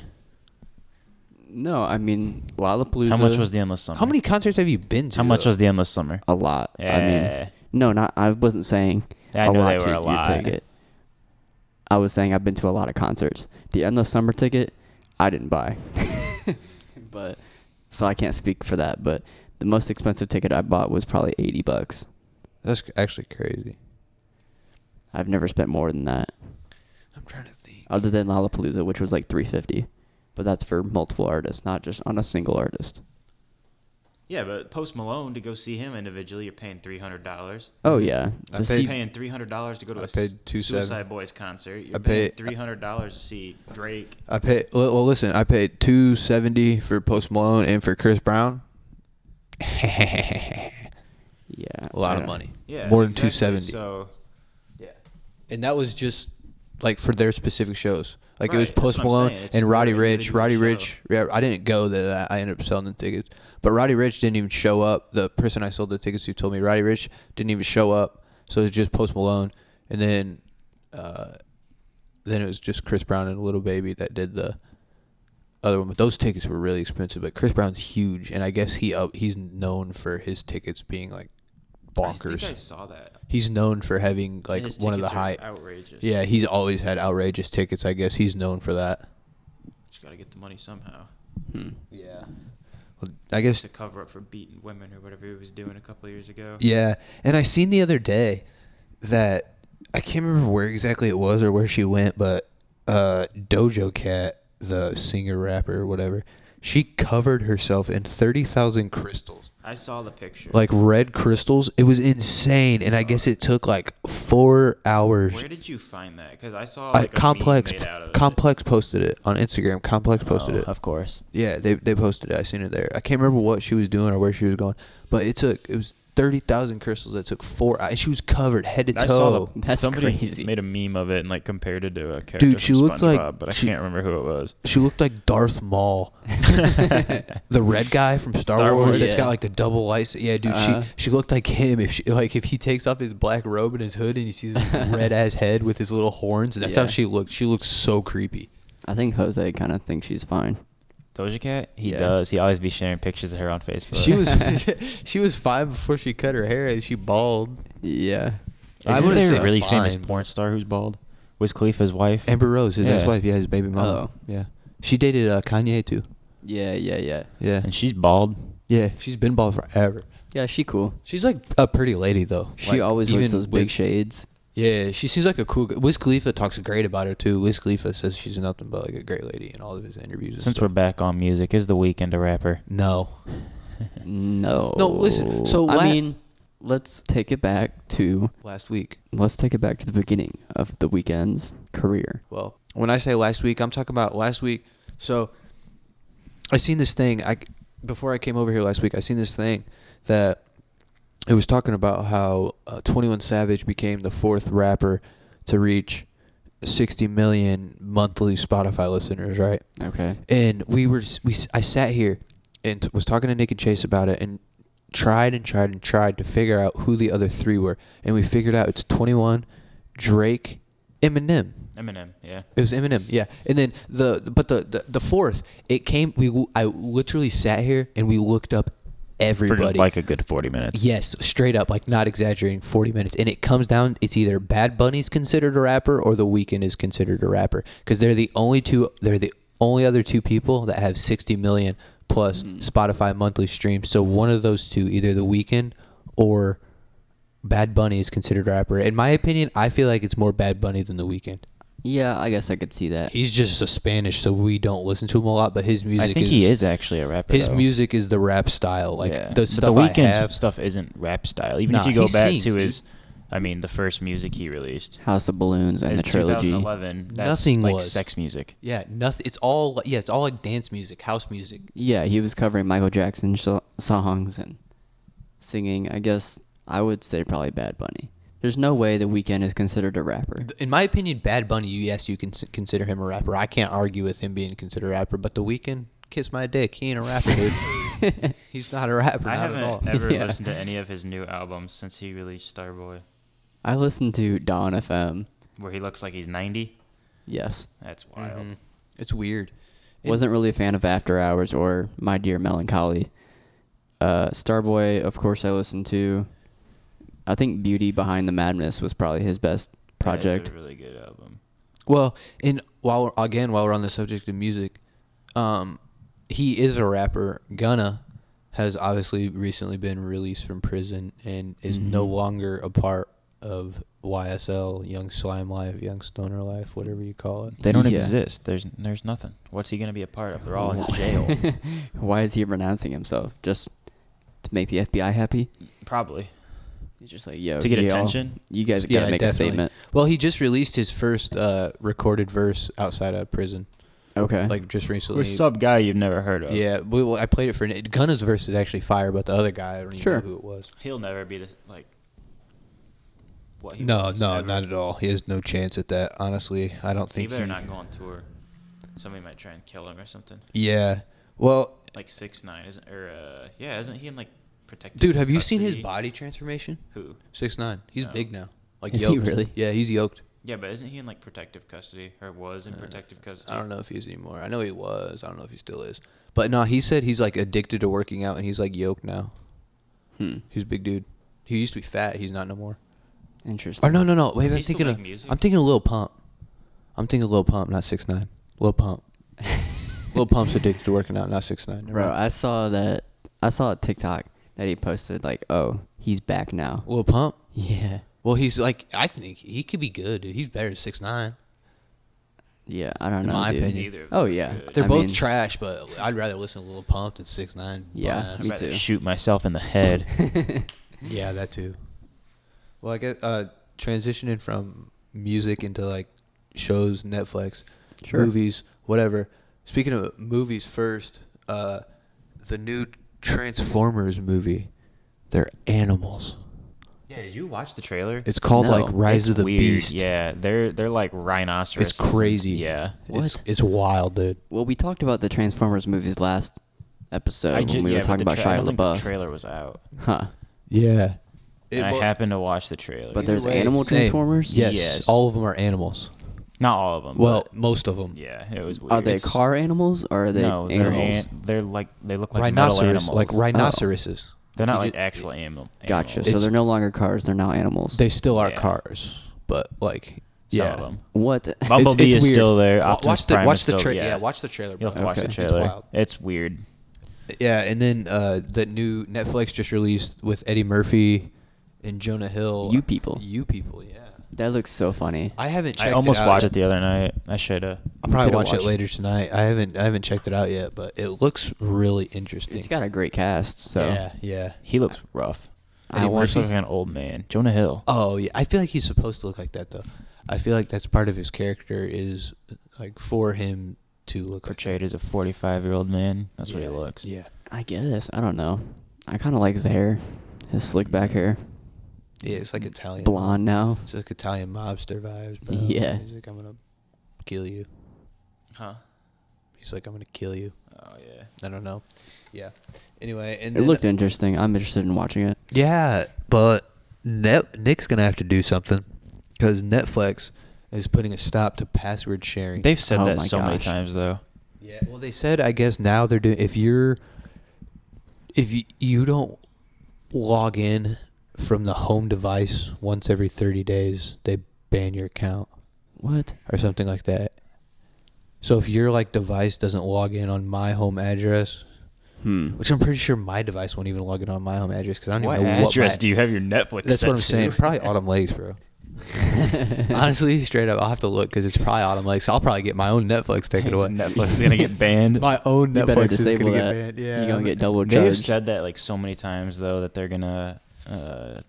No, I mean Lollapalooza. How much was the endless summer? How many concerts have you been to? How much though? was the endless summer? a lot? I Yeah. mean, no, not. I wasn't saying I a know lot they were to a your lot. ticket. I was saying I've been to a lot of concerts. The endless summer ticket, I didn't buy, but so I can't speak for that. But the most expensive ticket I bought was probably eighty bucks. That's actually crazy. I've never spent more than that, I'm trying to think. other than Lollapalooza, which was like three fifty. But that's for multiple artists, not just on a single artist. Yeah, but Post Malone to go see him individually, you're paying three hundred dollars. Oh yeah, I To paid- see- Paying three hundred dollars to go to I a s- paid two Suicide seven. Boys concert. You're I paying paid- three hundred dollars to see Drake. I paid. Well, well, listen, I paid two seventy for Post Malone and for Chris Brown. a yeah, I lot of don't- money. Yeah, more than exactly. two seventy. So yeah, and that was just like for their specific shows. Like it was Right, that's Post what I'm Malone saying. It's and their Roddy Rich. individual Roddy show. Rich. Yeah, I didn't go to that. I ended up selling the tickets, but Roddy Rich didn't even show up. The person I sold the tickets to told me Roddy Rich didn't even show up. So it was just Post Malone, and then, uh, then it was just Chris Brown and Little Baby that did the other one. But those tickets were really expensive. But Chris Brown's huge, and I guess he up, he's known for his tickets being like I think I bonkers. saw that. He's known for having like His one of the tickets are high. outrageous. Yeah, he's always had outrageous tickets. I guess he's known for that. just got to get the money somehow Yeah. Well, I guess. to cover up for beating women or whatever he was doing a couple of years ago. Yeah, and I seen the other day that I can't remember where exactly it was or where she went, but uh, Dojo Cat, the singer rapper, whatever, she covered herself in thirty thousand crystals. I saw the picture. like red crystals. It was insane, and I guess it took like four hours. where did you find that? Because I saw Uh, like, a meme Complex, made out of it. Complex posted it on Instagram. Complex posted Oh, it. Of course. Yeah, they they posted it. I seen it there. I can't remember what she was doing or where she was going, but it took it was thirty thousand crystals. That took four. hours. She was covered head to I saw toe. the, That's somebody crazy. made a meme of it and like compared it to a character Dude, she from looked like- SpongeBob, but I she- can't remember who it was. She looked like Darth Maul, the red guy from Star, Star Wars. Wars, That's yeah. got like the double lights. Yeah, dude, Uh-huh. she she looked like him. If she like if he takes off his black robe and his hood and he sees his red ass head with his little horns, that's how Yeah. she looked. She looked so creepy. I think Jose kind of thinks she's fine. Doja Cat? He Yeah. does. He always be sharing pictures of her on Facebook. She was she was fine before she cut her hair. and She bald. Yeah. I Isn't wouldn't there say a really famous fine, porn star who's bald? Wiz Khalifa's wife? Amber Rose, his Yeah. ex-wife, yeah, his baby mama. Oh. Yeah, she dated uh, Kanye too. Yeah, yeah, yeah. Yeah, and she's bald. yeah, she's been bald forever. Yeah, she cool. She's like a pretty lady though. She Like, always wears even those big with- shades. Yeah, she seems like a cool. g- Wiz Khalifa talks great about her too. Wiz Khalifa says she's nothing but like a great lady in all of his interviews. And Since we're stuff. back on music, is the weekend a rapper? no, No. No, listen, so la- I mean, let's take it back to last week. let's take it back to the beginning of the weekend's career. Well, when I say last week, I'm talking about last week. So I seen this thing. I before I came over here last week, I seen this thing that it was talking about how uh, 21 Savage became the fourth rapper to reach 60 million monthly Spotify listeners, right? Okay. And we were s- we s- I sat here and t- was talking to Nick and Chase about it and tried and tried and tried to figure out who the other three were, and we figured out it's 21, Drake, Eminem. Eminem, yeah. It was Eminem, yeah. And then the but the the, the fourth, it came. We l- I literally sat here and we looked up everybody. For like a good 40 minutes. yes, straight up, like not exaggerating, forty minutes. And it comes down. It's either Bad Bunny's considered a rapper or The Weeknd is considered a rapper because they're the only two. They're the only other two people that have 60 million plus Spotify monthly streams. So one of those two, either The Weeknd or Bad Bunny, is considered rapper. In my opinion, I feel like it's more Bad Bunny than The Weeknd. Yeah, I guess I could see that. He's just a Spanish, so we don't listen to him a lot. But his music, I think is, he is actually a rapper. His though. music is the rap style, like Yeah. the But stuff the I weekend's have. stuff isn't rap style. Even Nah, if you go he back sings, to dude. his, I mean, the first music he released, House of Balloons and is the trilogy. 2011. That's Nothing like was. sex music. Yeah, nothing. It's all yeah, it's all like dance music, house music. Yeah, he was covering Michael Jackson so- songs and singing. I guess I would say probably Bad Bunny. There's no way The Weeknd is considered a rapper. Mm. In my opinion, Bad Bunny, you- yes, you can s- consider him a rapper. I can't argue with him being considered a rapper, but The Weeknd, kiss my dick, he ain't a rapper, dude. He's not a rapper, I not at all. haven't ever Yeah. listened to any of his new albums since he released Starboy, I listened to Dawn FM. where he looks like he's 90. Yes. That's wild. Mm-hmm. It's weird. It- Wasn't really a fan of After Hours or My Dear Melancholy. Uh, Starboy, of course, I listened to. I think Beauty Behind the Madness was probably his best That is project. a really good album. Well, and while we're, again while we're on the subject of music, um, he is a rapper. Gunna has obviously recently been released from prison and is no Mm-hmm. longer a part of YSL, Young Slime Life, Young Stoner Life, whatever you call it. They don't Yeah. exist. There's there's nothing. What's he gonna be a part of? They're all in jail. Why is he renouncing himself? Just to make the FBI happy? Probably. He's just like, yo, To get y'all- attention? You guys gotta make a statement. Well, he just released his first uh, recorded verse outside of prison, Okay. like just recently. Or sub guy you've never heard of. Yeah, we, well, I played it for Gunna's verse is actually fire, but the other guy I don't even Sure. know who it was. He'll never be this like. What he No, was no, ever. not at all. He has no chance at that. Honestly, I don't He think. better not go on tour. Somebody might try and kill him or something. Yeah. Well, Like six nine isn't or uh yeah isn't he in like protective? dude, have you seen his custody? body transformation? Who? Six nine. He's No. big now. Like Is he yoked. really? Yeah, he's yoked. Yeah, but isn't he in like protective custody or was in protective custody? I don't know if he's anymore. I know he was. I don't know if he still is. But no, he said he's like addicted to working out, and he's like yoked now. Hmm. He's a big dude. He used to be fat. He's not no more. Interesting. Or oh, no, no, no. Wait, Does I'm he still thinking. make Of, music? I'm thinking of Lil Pump. I'm thinking of Lil Pump, not Six Nine. Lil Pump. Lil Pump's addicted to working out, not Six Nine. Bro, I saw that. I saw a TikTok that he posted, like, oh, he's back now. Lil Pump. Yeah. Well, he's like. I think he could be good. Dude. He's better than Six Nine. Yeah, I don't In know. my dude. opinion. Neither of them Oh, are yeah. good. They're I both mean, trash, but I'd rather listen to Lil Pump than Six Nine. Yeah, me I'd rather too. shoot myself in the head. yeah, that too. Well, I guess uh, transitioning from music into like shows, Netflix, Sure. movies, whatever. Speaking of movies, first, uh, the new Transformers movie. They're animals. yeah, did you watch the trailer? It's called No, like Rise It's of the weird. Beast. Yeah, they're they're like rhinoceros. It's crazy. Yeah. It's, What? it's wild, dude. Well, we talked about the Transformers movies last episode I when ju- we yeah, were but talking the about tra- I Shia don't think The LaBeouf. trailer was out. Huh. Yeah. It- and well, I happened to watch the trailer. But either there's animal same. Transformers? Yes, Yes. All of them are animals. not all of them. Well, but- most of them. yeah, it was weird. Are they It's- car animals or are they no, they're animals? an- they're like they look like metal Rhinoceros, animals. like rhinoceroses. Oh. They're not You like ju- actual animal. gotcha. animals. So It's- they're no longer cars, they're now animals. They still are Yeah. cars, but like Some yeah. of them. what? It's- Bumblebee it's is weird. still there. Wa- Optimus watch the Prime watch is the still- tra- yeah. yeah. watch the trailer. You'll Bro. have to watch the Okay. It's trailer. wild. It's weird. Yeah, and then uh, the new Netflix just released with Eddie Murphy and Jonah Hill. You People. You people. Yeah. that looks so funny. I haven't. checked I almost it out watched yet. it the other night. I should have. I'll probably Could've watch it watched it. later tonight. I haven't. I haven't checked it out yet, but it looks really interesting. It's got a great cast, so Yeah. Yeah. He looks rough. I he looks watched- like an old man. Jonah Hill. Oh yeah. I feel like he's supposed to look like that though. I feel like that's part of his character is like for him to look Portrayed as a 45 year old man. That's like what he that. looks. Yeah. I guess. I don't know. I kind of like his hair, his slick back hair. Yeah. It's like Italian. Blonde now. It's like Italian mobster vibes, bro. Yeah. He's like, I'm gonna kill you. Huh? He's like, I'm gonna kill you. Oh, yeah. I don't know. Yeah. Anyway, and It looked interesting. I'm interested in watching it. yeah, but Net- Nick's gonna have to do something because Netflix is putting a stop to password sharing. They've said Oh that my so many gosh. times, though. yeah. Well, they said I guess now they're doing if you're if you you don't log in from the home device once every 30 days, they ban your account What? or something like that. So if your like device doesn't log in on my home address, Hmm. which I'm pretty sure my device won't even log in on my home address because I don't What even know what address my- do you have your Netflix? That's set what I'm to? saying. Probably Autumn Lakes, bro. Honestly, straight up, I'll have to look because it's probably Autumn Lakes. I'll probably get my own Netflix taken away. Netflix is gonna get banned. My own You better Netflix is disable gonna that. get banned. Yeah, You're gonna get double They've charged. said that like so many times though that they're gonna uh,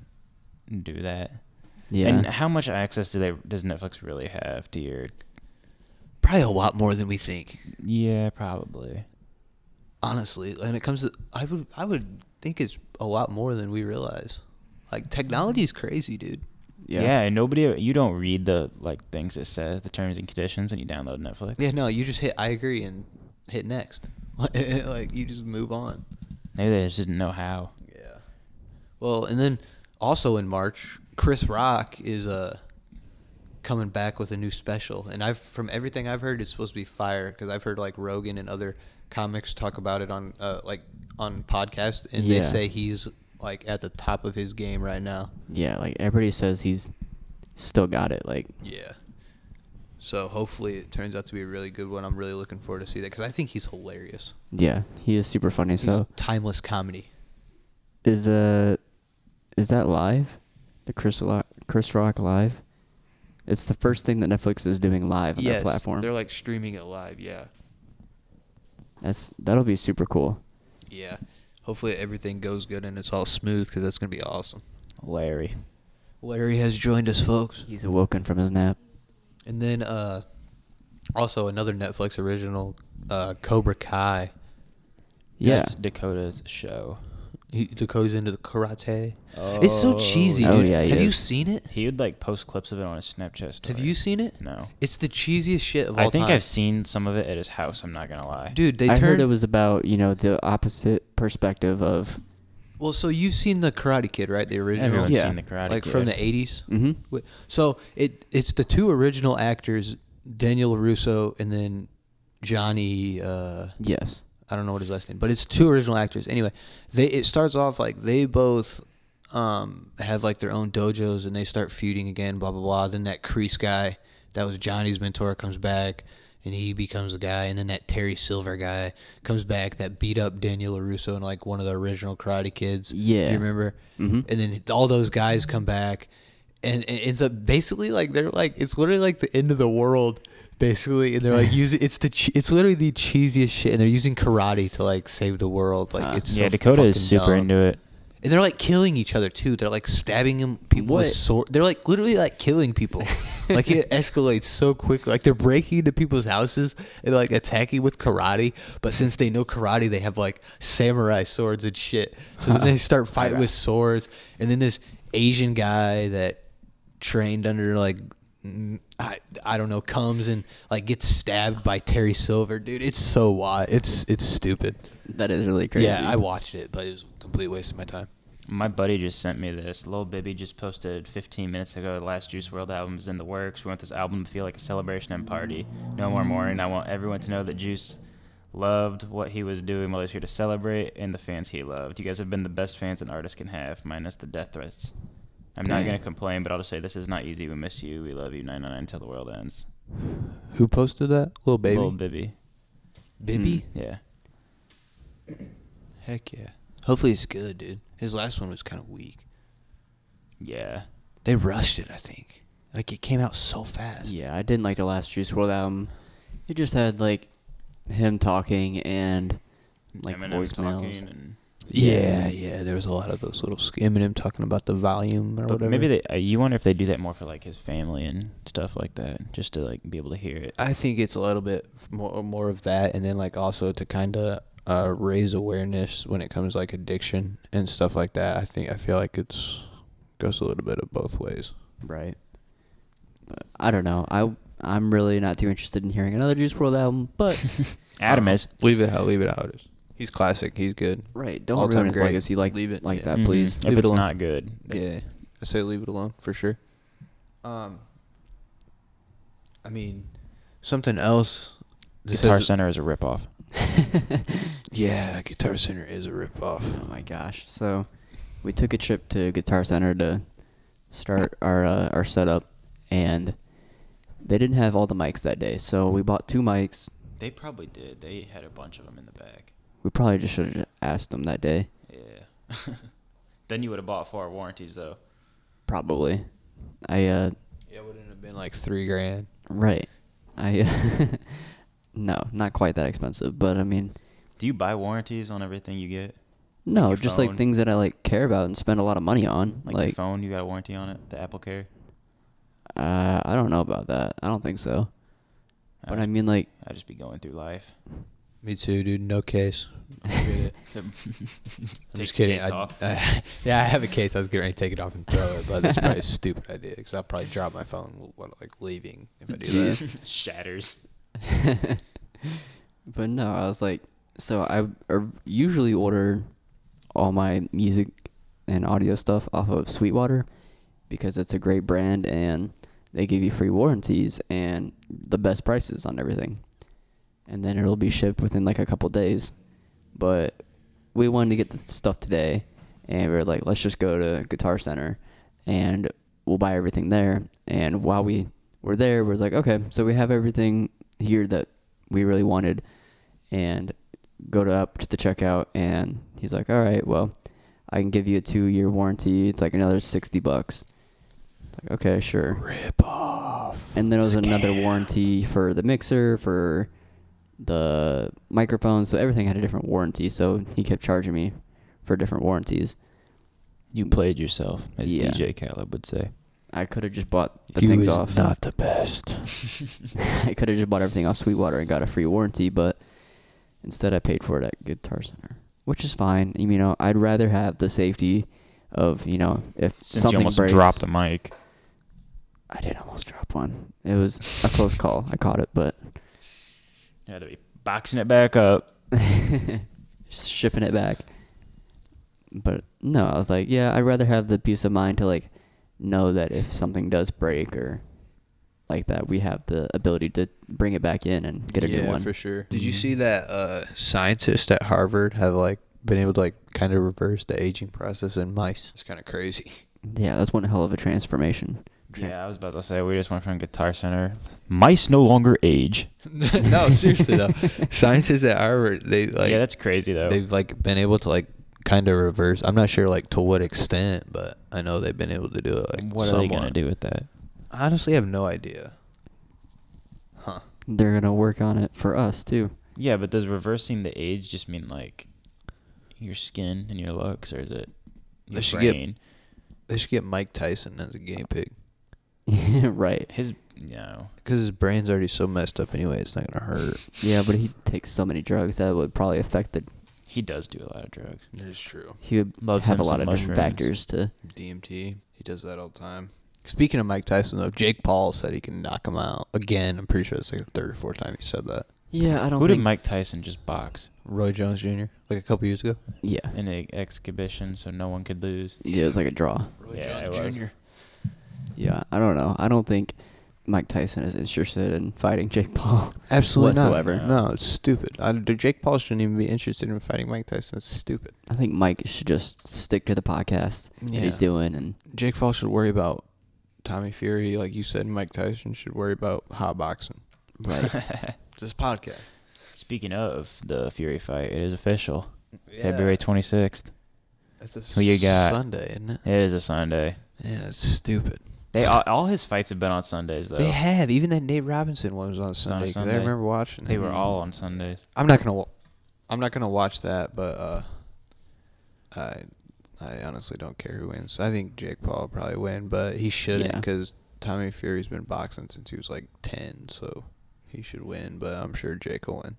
do that. yeah. And how much access do they does Netflix really have to your? probably a lot more than we think. Yeah, probably. Honestly, when it comes to, I would, I would think it's a lot more than we realize. Like technology is crazy, dude. Yeah. and nobody you don't read the like things it says the terms and conditions when you download Netflix. Yeah, no, you just hit I agree and hit next. like you just move on. Maybe they just didn't know how. Yeah. Well, and then also in March, Chris Rock is uh coming back with a new special, and I've from everything I've heard, it's supposed to be fire because I've heard like Rogan and other comics talk about it on uh, like on podcasts, and Yeah. they say he's like at the top of his game right now. Yeah, like everybody says he's still got it. Like Yeah. So hopefully it turns out to be a really good one. I'm really looking forward to see that because I think he's hilarious. yeah, he is super funny. He's so timeless comedy. is uh is that live? The Chris Lo- Chris Rock live? It's the first thing that Netflix is doing live on their platform. They're like streaming it live. Yeah. That's that'll be super cool. Yeah. Hopefully everything goes good and it's all smooth because that's going to be awesome. Larry. Larry has joined us, folks. He's awoken from his nap. And then uh, also another Netflix original, uh, Cobra Kai. Yeah. That's Dakota's show. He goes into the karate. It's so cheesy, dude. Oh, yeah, he Have you is. seen it? He would like post clips of it on his Snapchat story. Have you seen it? No. It's the cheesiest shit of all I think time. I've seen some of it at his house. I'm not gonna lie. Dude, they I turned. heard it was about you know the opposite perspective of well, so you've seen the Karate Kid, right? The original. everyone's Yeah. seen the Karate like Kid. from the 80s. Mhm. Wait, So it it's the two original actors, Daniel Russo and then Johnny. Uh, yes. I don't know what his last name, but it's two original actors. Anyway, they it starts off like they both um, have like their own dojos and they start feuding again. Blah blah blah. Then that crease guy that was Johnny's mentor comes back. And he becomes the guy, and then that Terry Silver guy comes back that beat up Daniel LaRusso and like one of the original Karate Kids. Yeah. Do you remember? Mm-hmm. And then all those guys come back, and it ends up basically like they're like it's literally like the end of the world, basically. And they're like using it's the che- it's literally the cheesiest shit, and they're using karate to like save the world. Like it's yeah, so Dakota fucking is super dumb. into it. and they're like killing each other too. They're like stabbing him people with What? sword. They're like literally like killing people. like it escalates so quickly. Like they're breaking into people's houses and like attacking with karate. But since they know karate, they have like samurai swords and shit. So then they start fighting with swords. And then this Asian guy that trained under like. mm, I, I don't know comes and like gets stabbed by Terry Silver dude it's so wild it's it's stupid That is really crazy. yeah I watched it but it was a complete waste of my time My buddy just sent me this. Lil Bibby just posted 15 minutes ago. The last Juice World album is in the works. We want this album to feel like a celebration and party. No more mourning. I want everyone to know that Juice loved what he was doing while he's here to celebrate, and the fans he loved. You guys have been the best fans an artist can have, minus the death threats. I'm not Dang. gonna complain, but I'll just say this is not easy. We miss you. We love you. 999 till the world ends. Who posted that? Little baby. Lil Bibby. Bibby. Yeah. Heck yeah. Hopefully it's good, dude. His last one was kind of weak. Yeah. They rushed it, I think. Like it came out so fast. Yeah, I didn't like the last Juice WRLD album. It just had like him talking and like Eminem voicemails. talking and- Yeah, yeah. There was a lot of those little sk- Eminem talking about the volume or But whatever. maybe they, uh, you wonder if they do that more for like his family and stuff like that, just to like be able to hear it. I think it's a little bit f- more more of that, and then like also to kind of uh, raise awareness when it comes like addiction and stuff like that. I think I feel like it's goes a little bit of both ways. Right. But I don't know. I I'm really not too interested in hearing another Juice World album, but Adam is. Leave it how leave it how it is. He's classic. He's good. right, don't All-time ruin his great. legacy like Leave it, like yeah. that, Mhm. please. If Mm-hmm. Leave it it's alone. not good, that's- Yeah, I say leave it alone for sure. Um, I mean, something else. This Guitar has- Center is a ripoff. Yeah, Guitar Center is a ripoff. Oh my gosh. So we took a trip to Guitar Center to start our uh, our setup and They didn't have all the mics that day, so we bought two mics. They probably did. They had a bunch of them in the back. We probably just should have asked them that day. Yeah. then you would have bought four warranties though. Probably. I uh It wouldn't have been like three grand. right. I uh, no, not quite that expensive, but I mean, Do you buy warranties on everything you get? no, your just phone. like things that I like care about and spend a lot of money on. Like, Like, your phone, you got a warranty on it. The Apple Care. uh, I don't know about that. I don't think so. I But just, I mean, like, I just be going through life. Me too, dude. No case. I'm good. I'm I'm just kidding. I, I- yeah, I have a case. I was getting ready to take it off and throw it, but that's probably a stupid idea because I'll probably drop my phone while like leaving if I do that. Shatters. but no, I was like, so I or usually order all my music and audio stuff off of Sweetwater because it's a great brand and they give you free warranties and the best prices on everything. And then it'll be shipped within like a couple days. But we wanted to get this stuff today and we were like, let's just go to Guitar Center and we'll buy everything there. And while we were there, we was like, okay, so we have everything here that we really wanted and go to up to the checkout and he's like, All right, well, I can give you a two year warranty. It's like another sixty bucks. It's like, okay, sure. Rip off. And then there was another warranty for the mixer, for the microphone. So everything had a different warranty. So he kept charging me for different warranties. You played yourself, as Yeah. DJ Khaled would say. I could have just bought the You things is off. not the best. I could have just bought everything off Sweetwater and got a free warranty, but instead I paid for it at Guitar Center, which is fine. You know, I'd rather have the safety of you know if Since something you almost breaks. dropped a mic. I did almost drop one. It was a close call. I caught it, but You had to be boxing it back up. shipping it back. But no, I was like, yeah, I'd rather have the peace of mind to like know that if something does break or like that, we have the ability to bring it back in and get a yeah, new one. for sure. Did Mm-hmm. you see that uh, scientists at Harvard have like been able to like kind of reverse the aging process in mice? It's kind of crazy. Yeah, that's one hell of a transformation. Yeah, I was about to say we just went from Guitar Center. Mice no longer age. no, seriously though, scientists at Harvard they like yeah, that's crazy though. they've like been able to like kind of reverse. I'm not sure like to what extent, but I know they've been able to do it. Like, what are they gonna somewhat. do with that? I honestly have no idea. Huh. They're gonna work on it for us too. Yeah, but does reversing the age just mean like your skin and your looks, or is it your They should get- brain? They should get Mike Tyson as a guinea pig right. His no. because his brain's already so messed up anyway. It's not gonna hurt. Yeah, but he takes so many drugs that would probably affect the. He does do a lot of drugs. It's true. He would Loves have him a lot some of different mushrooms. factors to. DMT. He does that all the time. Speaking of Mike Tyson, though, Jake Paul said he can knock him out again. I'm pretty sure it's like the third or fourth time he said that. Yeah, I don't Who think. did Mike Tyson just box Roy Jones Jr. like a couple years ago. yeah, in an exhibition so no one could lose? yeah, it was like a draw. Roy Yeah, it was. Yeah, I don't know. I don't think Mike Tyson is interested in fighting Jake Paul. Absolutely not. Whatsoever. No, it's stupid. I, Jake Paul shouldn't even be interested in fighting Mike Tyson. It's stupid. I think Mike should just stick to the podcast that he's Yeah. doing, and Jake Paul should worry about Tommy Fury, like you said. Mike Tyson should worry about hot boxing. right, This podcast. Speaking of the Fury fight, it is official. February twenty sixth. That's a Who you got? Sunday, isn't it? It is a Sunday. Yeah, it's stupid. They all, all his fights have been on Sundays though. They have even that Nate Robinson one was on on Sunday because I Sunday. remember watching. They it. were all on Sundays. I'm not gonna. wa- I'm not gonna watch that, but uh, I I honestly don't care who wins. I think Jake Paul will probably win, but he shouldn't Yeah. because Tommy Fury's been boxing since he was like ten, so he should win. But I'm sure Jake will win.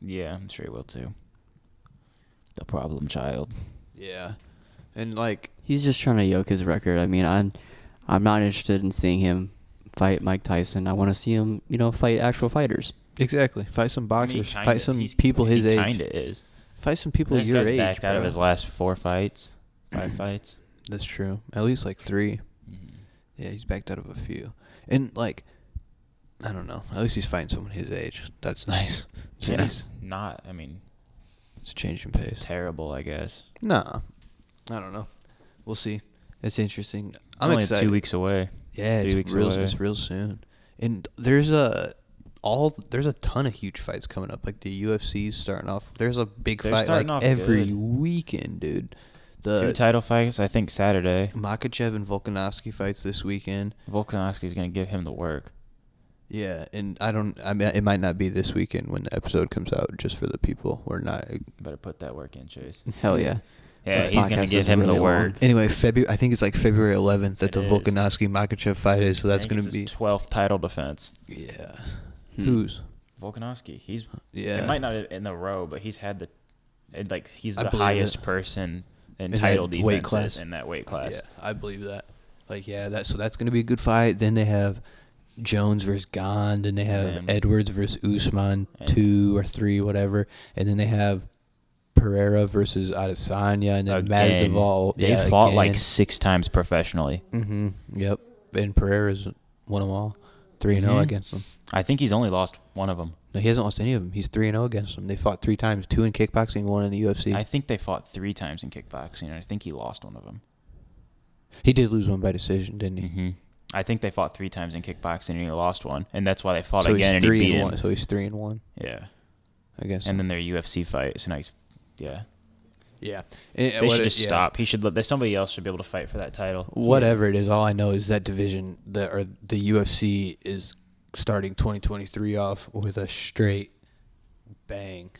Yeah, I'm sure he will too. The problem child. Yeah, and like he's just trying to yoke his record. I mean, I'm I'm not interested in seeing him fight Mike Tyson. I want to see him, you know, fight actual fighters. exactly fight some boxers, kinda- fight some he's- people his he age, Kinda is. fight some people this your guy's age. backed out of bro. his last four fights, five fights. That's true. At least like three. Yeah, he's backed out of a few, and like I don't know. At least he's fighting someone his age. That's nice. It's Yeah, nice. he's not. I mean, It's a change in pace. terrible. I guess. Nah, I don't know. We'll see. It's interesting. It's I'm only excited. two weeks away. Yeah, three it's weeks real. away. It's real soon. and there's a all there's a ton of huge fights coming up. Like the UFC's starting off. There's a big They're fight like starting off every good. weekend, dude. Two The title fights, I think Saturday. Makachev and Volkanovski fights this weekend. Volkanovski's gonna give him the work. Yeah, and I don't. I mean, it might not be this weekend when the episode comes out. Just for the people, we're not. Better put that work in, Chase. Hell yeah. Yeah, This he's gonna podcast give is him really the long. work. Anyway, February. I think it's like February 11th that It the is. Volkanovski Makachev fight is. So that's gonna be. twelfth title defense. yeah. Hmm. Who's? Volkanovski. He's Yeah. it might not in the row, but he's had the it, like he's I the believe highest it. person in that title weight defenses class. in that weight class. Yeah, I believe that. Like, yeah, that so that's gonna be a good fight. Then they have Jones versus Gond, and they have Then- Edwards versus Usman And- two or three, whatever. And then they have Pereira versus Adesanya, and then Again, Masvidal. They yeah, fought like again. six times professionally. Mm-hmm. Yep. And Pereira's won them all, three and zero Mhm. against them. I think he's only lost one of them. No, he hasn't lost any of them. He's three and zero against them. They fought three times, two in kickboxing, one in the UFC. I think they fought three times in kickboxing, and I think he lost one of them. he did lose one by decision, didn't he? hmm I think they fought three times in kickboxing, and he lost one, and that's why they fought So again he's and three he beat and him. one. So he's three and one Yeah, against. and them. then their UFC fight. So now he's yeah. yeah, And They what should it- just yeah. stop. He should. let that- Somebody else should be able to fight for that title. whatever it is all i know is that division the or the ufc is starting 2023 off with a straight bang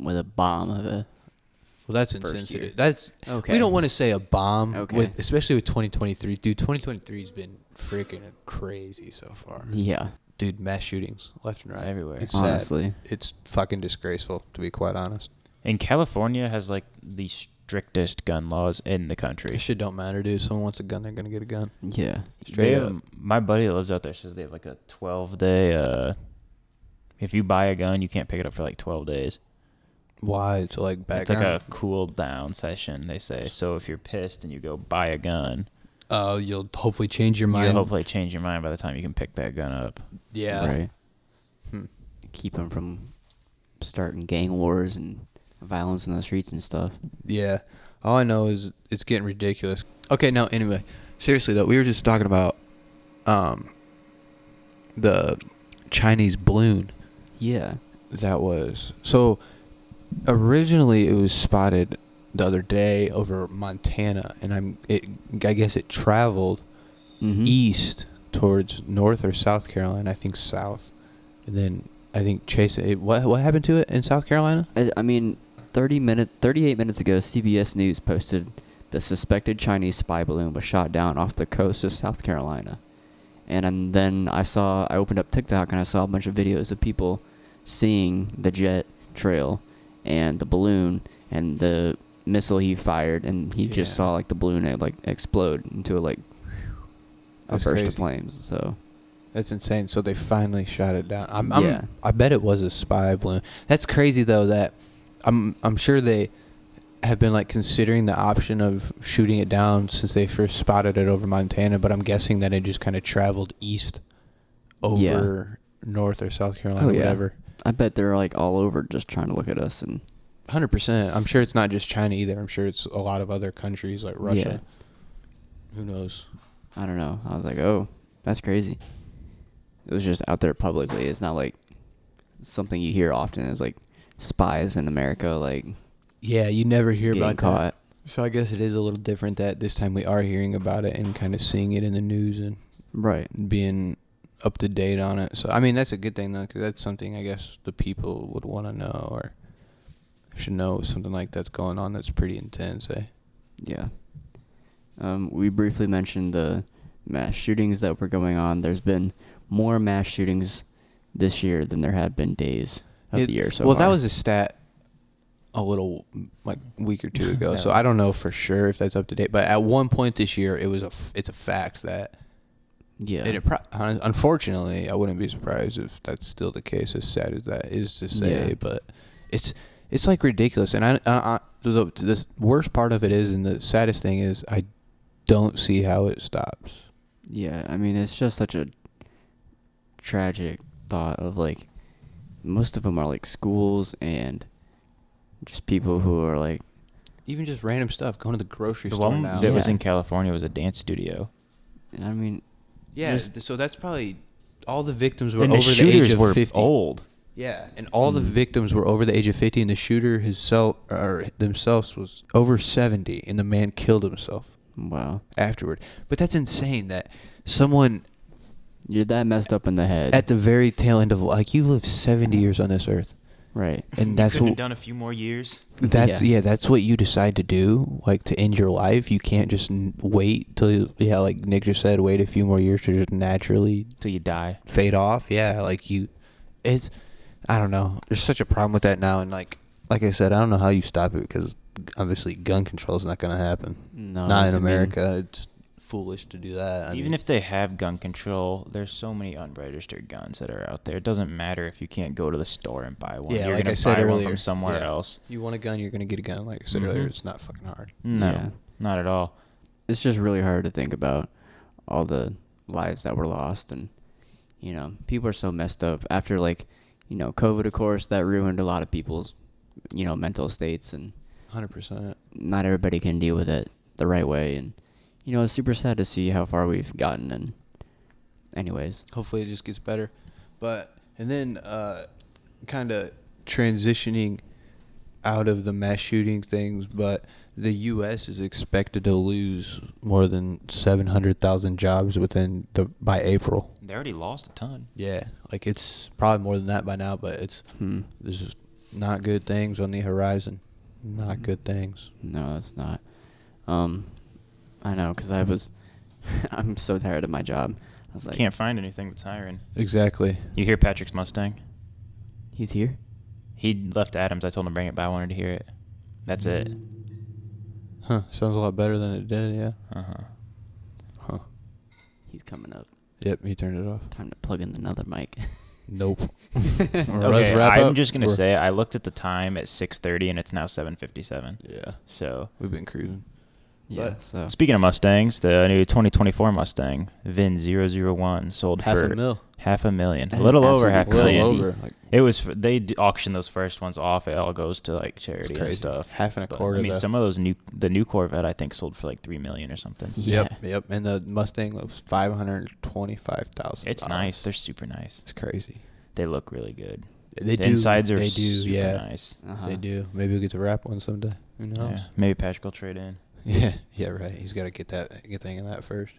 With a bomb of a. well that's First year. insensitive that's okay Okay. we don't want to say a bomb Okay. with especially with 2023 dude 2023 has been freaking crazy so far Yeah. dude mass shootings left and right Everywhere. it's Honestly. sad. it's fucking disgraceful to be quite honest And California has like the strictest gun laws in the country. it shit don't matter dude someone wants a gun they're gonna get a gun Yeah. straight They up have- my buddy that lives out there says they have like a 12 day. uh If you buy a gun, you can't pick it up for like 12 days. why to like it's like background a cool down session, they say. So if you're pissed and you go buy a gun, uh you'll hopefully change your mind you'll hopefully change your mind by the time you can pick that gun up. yeah Right. Hmm. Keep them from starting gang wars and violence in the streets and stuff. Yeah. All I know is it's getting ridiculous. Okay, now anyway, seriously though, we were just talking about um the Chinese balloon Yeah. that was. So originally it was spotted the other day over Montana and I'm it I guess it traveled Mm-hmm. east towards North or South Carolina, I think south. And then I think Chase it, what what happened to it in South Carolina? I, I mean, 30 minute, 38 minutes ago, CBS News posted the suspected Chinese spy balloon was shot down off the coast of South Carolina. And, and then I saw, I opened up TikTok and I saw a bunch of videos of people seeing the jet trail and the balloon and the missile he fired, and he just Yeah. saw like the balloon uh, like explode into a like a That's burst of crazy. flames. So That's insane. So they finally shot it down. I'm, I'm Yeah. I bet it was a spy balloon. That's crazy though. That I'm I'm sure they have been like considering the option of shooting it down since they first spotted it over Montana. But I'm guessing that it just kind of traveled east over North or South Carolina, Oh, yeah. whatever. I bet they're like all over just trying to look at us and Hundred percent. I'm sure it's not just China either. I'm sure it's a lot of other countries like Russia. Who knows? I don't know. I was like, oh, that's crazy. It was just out there publicly. It's not like something you hear often. It's like spies in America, like Yeah, you never hear getting about that. caught. So I guess it is a little different that this time we are hearing about it and kind of seeing it in the news and Right. being up to date on it. So I mean, that's a good thing though, 'cause that's something I guess the people would want to know or should know if something like that's going on. That's pretty intense, eh? Yeah. Um, we briefly mentioned the mass shootings that were going on. There's been more mass shootings this year than there have been days of It- the year. So well, that far. was a stat a little like week or two ago, so I don't know for sure if that's up to date. But at one point this year, it was a f- it's a fact that yeah. it, pro- hon- unfortunately, I wouldn't be surprised if that's still the case. As sad as that is to say, Yeah. but it's it's like ridiculous. And I, I, I the, the worst part of it is, and the saddest thing is, I don't see how it stops. Yeah, I mean, it's just such a tragic thought of like most of them are like schools and just people who are like, Even just random stuff, going to the grocery The store one now. that was Yeah. in California was a dance studio. I mean, yeah, just- th- so that's probably all the victims were and over the shooters age of were 50. old. Mm-hmm. Yeah, and all the victims were over the age of 50, and the shooter himself or themselves was over 70, and the man killed himself Wow, afterward. But that's insane that someone you're that messed up in the head. at the very tail end of like you lived 70 years on this earth, right. and that's Couldn't what have done a few more years. that's Yeah. yeah. that's what you decide to do, like to end your life. You can't just n- wait till you- yeah, like Nick just said, wait a few more years to just naturally Till you die. fade off. Yeah, like you, it's, I don't know. There's such a problem with that now, and like, like I said, I don't know how you stop it because obviously gun control is not going to happen. No, not in it's- I mean- America. it's foolish to do that. I Even mean, if they have gun control, there's so many unregistered guns that are out there. It doesn't matter if you can't go to the store and buy one. yeah, You're like gonna I said buy earlier, one from somewhere yeah. else. You want a gun, you're going to get a gun. Like I said earlier, it's not fucking hard. No, Yeah. not at all. it's just really hard to think about all the lives that were lost and you know people are so messed up after like you know covid of course that ruined a lot of people's you know mental states and Hundred percent. not everybody can deal with it the right way and you know it's super sad to see how far we've gotten and anyways Hopefully, it just gets better. But and then, uh, kind of transitioning out of the mass shooting things, but the U.S. is expected to lose more than seven hundred thousand jobs within the by April. They already lost a ton. Yeah, like it's probably more than that by now, but it's hmm, this is not good things on the horizon. Not good things. no that's not um i know because i was i'm so tired of my job i was like Can't find anything that's hiring. Exactly. You hear Patrick's Mustang? he's here He left Adams. I told him to bring it, but I wanted to hear it. That's it. Huh. Sounds a lot better than it did. Yeah. Uh huh. Huh. he's coming up Yep. He turned it off. time to plug in another mic Nope. Okay, wrap I'm up. just gonna We're- say I looked at the time at 6:30 and it's now 7:57. Yeah. So We've been cruising. Yeah. But- so Speaking of Mustangs, the new 2024 Mustang VIN 001 sold Half for a mil. half a million, That a is little over absolutely half a Little million. over. Like, it's It was for, they d- auctioned those first ones off. It all goes to like charity crazy. and stuff. Half and a But, quarter. I mean, though. some of those new the new Corvette I think sold for like three million or something. Yep. Yeah. Yep. And the Mustang was five hundred twenty-five thousand. It's nice. They're super nice. It's crazy. They look really good. They the do. insides are They do. super yeah. nice. uh-huh. They do. Maybe we'll get to wrap one someday. Who Yeah. knows? Maybe Patrick will trade in. Yeah. Yeah. right. He's got to get that get thing in that first.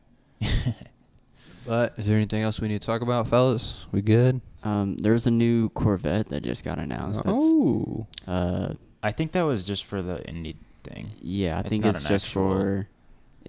But is there anything else we need to talk about, fellas? We good? Uh, Um, there's a new Corvette that just got announced. That's, Oh. uh, I think that was just for the indie thing. yeah, I It's think not it's an just actual- for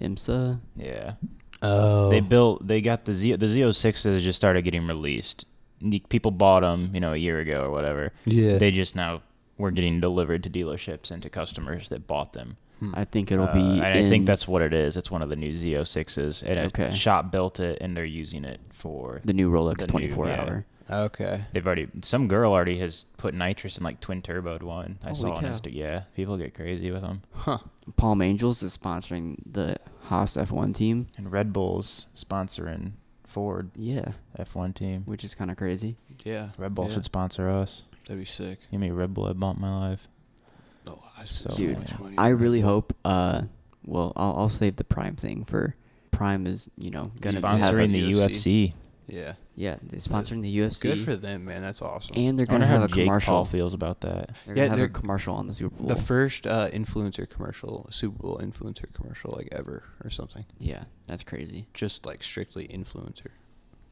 IMSA. Yeah. Oh. They built. They got the Z. The Z06s just started getting released. The- People bought them, you know, a year ago or whatever. Yeah. They just now were getting delivered to dealerships and to customers that bought them. I think it'll Uh, be. and I in think that's what it is. It's one of the new Z06s, and a Okay. shop built it, and they're using it for. the new Rolex the new- 24 yeah. hour. Okay. They've already. Some girl already has put nitrous in like twin turboed one. I Holy saw on cow. Insta. Yeah, people get crazy with them. Huh. Palm Angels is sponsoring the Haas F1 team. And Red Bull's sponsoring Ford Yeah, F1 team. which is kind of crazy. Yeah. Red Bull yeah. should sponsor us. That'd be sick. Give me a Red Bull. I bought my life. Oh, I So spent so, Dude, much money. I on that. really hope. Uh, well, I'll, I'll save the Prime thing for Prime is you know gonna have Sponsoring a, Sponsoring the UFC. UFC. Yeah. yeah they're sponsoring the UFC Good for them, man. That's awesome. and they're I gonna wonder how have a Jake Paul commercial. feels about that. Yeah, They're gonna have they're- a commercial on the Super Bowl. the first uh, influencer commercial, Super Bowl influencer commercial, like ever or something. yeah, that's crazy. Just like strictly influencer.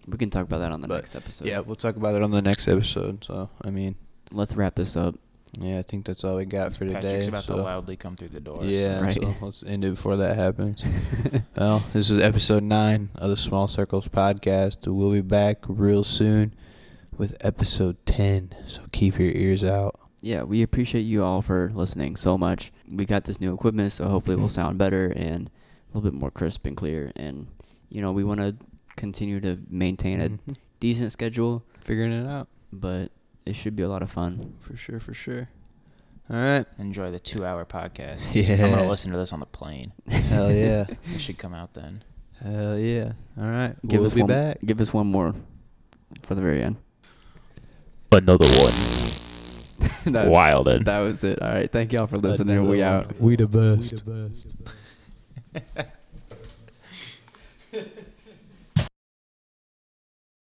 We can talk about that on the But, next episode. yeah, we'll talk about it on the next episode. So, I mean, Let's wrap this up. yeah, I think that's all we got for today. Patrick's about to so- loudly come through the door. Yeah, Right. so let's end it before that happens. well, this is episode nine of the Small Circles podcast. We'll be back real soon with episode 10. So keep your ears out. Yeah, we appreciate you all for listening so much. We got this new equipment, so hopefully it will sound better and a little bit more crisp and clear. And you know, we want to continue to maintain a Mhm. decent schedule, Figuring it out but it should be a lot of fun. for sure, for sure. All right. Enjoy the two-hour podcast. I'm Yeah. gonna listen to this on the plane. Hell yeah. It should come out then. Hell yeah. All right. Give we'll us be one, back. Give us one more for the very end. Another one. that, Wilded. that was it. All right, thank y'all for listening. We out. We the best.